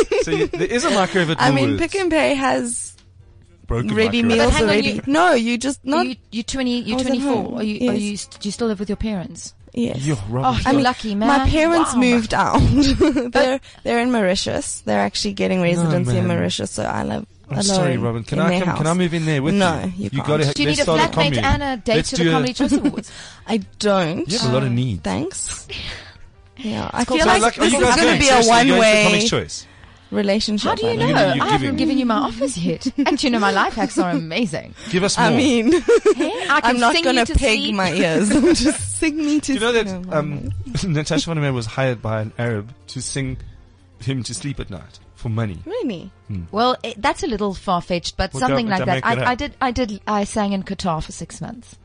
it now. so you, there is a microwave at
I mean,
Woolworths.
Pick and Pay has
Broken
ready
microwave.
meals
hang on,
already.
you-
No, you just not.
you, you twenty, you
I was at
twenty
home.
four. Are you? Are
Yes.
you? st- Do you still live with your parents?
yes.
You're
Oh,
Robin.
you're
mean,
lucky, man.
My parents
Wow.
moved
[laughs]
out. [laughs] they're they're in Mauritius. They're actually getting residency in
man.
Mauritius, so I live.
I'm sorry, Robin. Can I come, can I move in there with
No,
you?
you can't.
gotta-
Do you
let's
need a
start
flatmate
commune.
and a date
Let's
to
do
the
a-
Comedy
[laughs]
Choice Awards?
I don't.
You have a lot of needs.
Thanks. Yeah, I
called
feel
So,
like,
like, are
this
you
is
guys
going to
going
be a
seriously, you're going to
one-way
Comics Choice?
relationship.
How do you
I
know?
don't
giving- you're
I haven't
giving.
given you my
[laughs]
offers yet. And you know, my life hacks are amazing.
Give us more.
I mean,
I can
I'm not
sing you
gonna
to
peg
sleep.
my [laughs] ears. Just sing me to
Do you know
sleep.
that
No,
um, Natasha Vandermeer was hired by an Arab to sing him to sleep at night for money?
Really?
Well, it, that's a little far fetched, but
Well,
something
don't- don't
like that.
make it up.
I, I did, I did, I sang in Qatar for six months.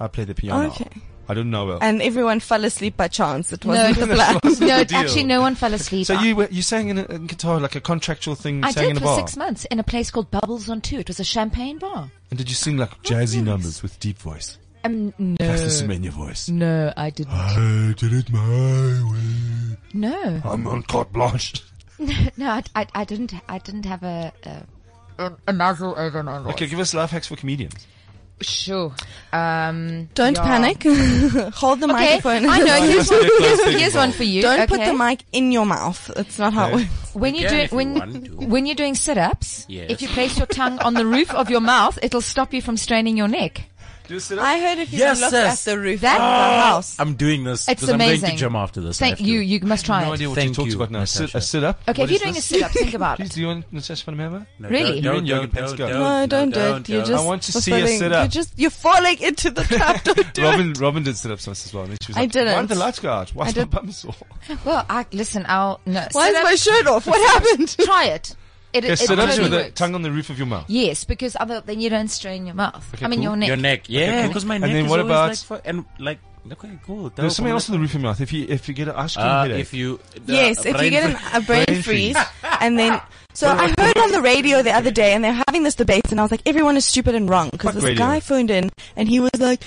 I play the piano.
Okay.
I don't know. Well.
And everyone fell asleep by chance. It
No,
wasn't
it
the plan.
No,
Good deal.
actually, no one fell asleep.
So
I-
you were- you sang in, a, in guitar like a contractual thing. You
I
sang in
did
a
for
bar,
six months in a place called Bubbles on Two. It was a champagne bar.
and did you sing like jazzy numbers with deep voice?
Um, no,
That's the Semenya voice.
no, I didn't.
I did it my way.
No, [laughs]
I'm on carte blanche.
no, I, I, I didn't. I didn't have a. a a muzzle over an envelope.
Okay, give us life hacks for comedians.
Sure. Um,
Don't
yeah.
panic. [laughs] Hold the
Okay, I
microphone.
know. Here's one,
Plastic
[laughs] here's, here's one for
[laughs]
you.
Don't put
okay?
the mic in your mouth. It's not how it works.
When you
can
do
if you
when
want to.
when you're doing sit-ups,
Yes.
if you place your tongue on the roof of your mouth, it'll stop you from straining your neck.
Do you sit up?
I heard if you
Yes,
look
yes.
at the roof
That-
of
Ah.
the house,
I'm doing this.
It's
'cause I'm
amazing.
going to gym after this. I
Thank
have
you.
to.
You must try
no
it.
idea what
Thank
you talked
you, uh,
about now. A sit,
Natasha.
a sit up.
Okay,
What
if you're
is
doing a
this?
sit up, think
[laughs]
about
Please,
it.
do you want Natasha van Meerwe?
No,
Really?
Don't,
Even
don't,
young
don't,
pants
don't,
go.
don't,
no, don't do it.
don't,
You're
don't.
just
I want to see you
fulfilling.
sit up.
You're just you're falling into
[laughs]
the trap. Don't do it.
Robin, Robin did sit ups once as well. And she was
I
like, Why
didn't.
did the lights go out? Why
I
is my
did-
bum sore?
Well, I, listen, I'll no.
Why is
Sit-ups-
my shirt off? [laughs] What happened?
Try it. It,
Okay,
it, it
sit ups
totally
with a
works.
tongue on the roof of your mouth.
Yes, because other then you don't strain your mouth.
Okay,
I mean
cool.
your neck.
Your neck. Yeah,
cool.
because my
And
neck
then
is
what
always
about-
like fu- and like okay, cool. dope,
There's something
I'm
else on the roof of your mouth. If you if you get an ice cream
gonna- Uh,
headache,
if you
Yes,
uh,
if you get an,
brain-
a brain,
brain
freeze, and then. So I heard on the radio the other day, and they're having this debate, and I was like, everyone is stupid and wrong because
Fuck
this
radio.
guy phoned in, and he was like,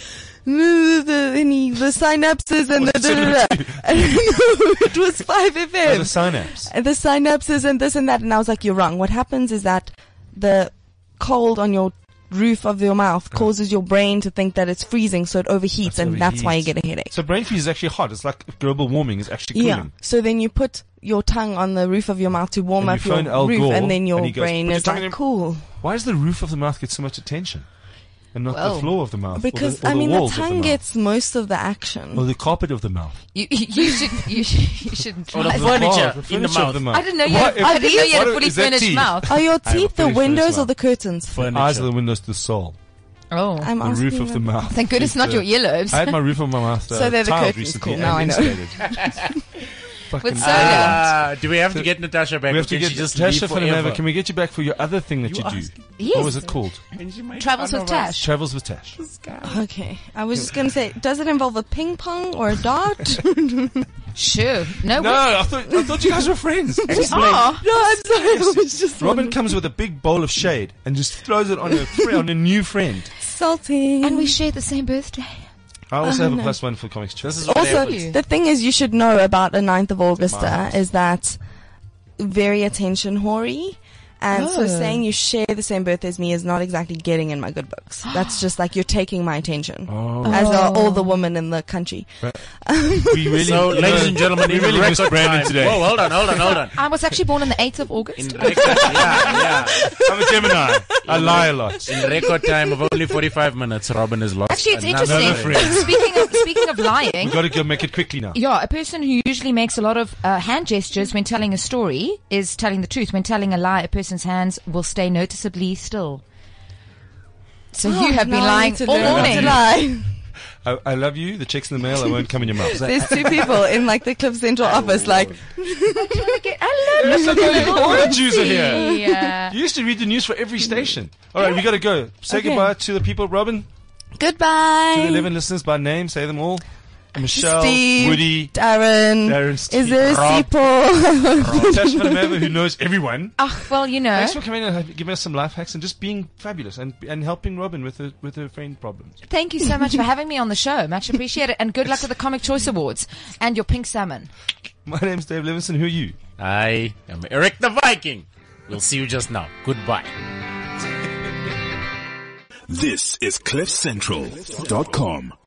no, the, and he, the synapses and the da da da. And [laughs] no, it was five
there's a
FM,
synapse.
and the synapses and this and that, and I was like, you're wrong. What happens is that the cold on your roof of your mouth causes your brain to think that it's freezing, so it overheats,
That's
and that's why you
overheats.
get a headache.
So brain freeze is actually hot. It's like global warming is actually
Yeah.
cooling.
So then you put your tongue on the roof of your mouth to warm
And
up
you
your
phone Al
roof,
Gore,
and then your
and he goes,
brain
"Put your
is
tongue
like,
in him."
cool.
Why does the roof of the mouth get so much attention, and not
Well,
the floor of the mouth? or the-
Because
or the,
I mean, the
walls of
tongue
mouth,
gets most of the
or
action.
the carpet of the mouth.
You, you, you should you, [laughs] sh- you shouldn't
Or the
try. it.
floor. Furniture
Oh, the
in the
furniture
mouth.
Of the mouth.
I didn't know you.
What
Had,
if-
I didn't know you had a
what
fully
is that
furnished
teeth?
[laughs]
mouth.
Are your
have a
teeth the
pretty face
windows
now.
or the curtains?
Eyes are
furniture.
the windows to the soul.
Oh,
I'm
the
asking.
roof of the
them.
mouth.
thank goodness, not your earlobes.
I had my roof on my mouth. uh,
So they're the
tiled
curtains.
recently
Cool, now
and
I know.
insulated. Fucking
With
idiot.
solar.
Ah, do we have to get Natasha back?
We
or
have to
can
get
she just
Tasha
leave
van der Merwe,
forever?
Can we get you back for your other thing that you,
asked-
do?
Yes.
What was it called?
And she made
Travels
fun
with
of us.
Tash.
Travels with Tash.
Okay, I was just gonna say, does it involve a ping pong or a
[laughs]
dart?
Sure. No.
No, I thought, I thought you guys were friends.
we, we Ah. are.
no, I'm sorry. I was just
Robin comes with a big bowl of shade and just throws it on her fri on a new friend.
[laughs] salty.
And we share the same birthday.
I
Oh,
also have a
no.
plus one for comics.
This
Choice.
is what
also,
happens.
the thing is, you should know about the 9th of Augusta is that very attention hoary. And so
Oh.
saying you share the same birthday as me is not exactly getting in my good books. [gasps] That's just like you're taking my attention.
Oh,
As are
Oh.
all the women in the [gasps] country.
we really,
So, ladies and gentlemen, in
really missed
record
Brandon
time.
today.
Whoa, hold on, hold on, hold on.
I was actually born on the eighth
[laughs]
of
In
August.
record, yeah, yeah.
[laughs] I'm a
[laughs]
Gemini. I lie a lot.
In record time of only 45 minutes, Robin has lost.
Actually, it's
another
interesting.
friend.
speaking of speaking of lying,
We've got to go make it quickly now.
Yeah, a person who usually makes a lot of uh, hand gestures when telling a story is telling the truth. When telling a lie, a person's hands will stay noticeably still. So you have been
Ah, Now I
lying
need to
all
learn not to
morning.
lie.
I, I love you. The check's in the mail. I won't come in your mouth. Is that-
[laughs] There's two people in like the Cliff Central office like,
[laughs]
I love
"Oh,
All the Jews are here.
Yeah.
You used to read the news for every station. All right, we got to go. Say
Okay.
goodbye to the people, Robin.
goodbye.
To the 11 listeners by name. Say them all. Michelle,
Steve, [laughs]
Woody,
Darren,
Darren,
is
Steve,
there a
Rob.
people?
Tasha van der Merwe, who knows everyone.
Ah, well, you know.
Thanks for coming and giving us some life hacks and just being fabulous and and helping Robin with her with her friend problems. [laughs]
Thank you so much for having me on the show. Much appreciated. And good luck with the Comic Choice Awards and your pink salmon.
My name's Dave Levinson. Who are you?
I am Eric the Viking. We'll see you just now. Goodbye.
This is CliffCentral.com.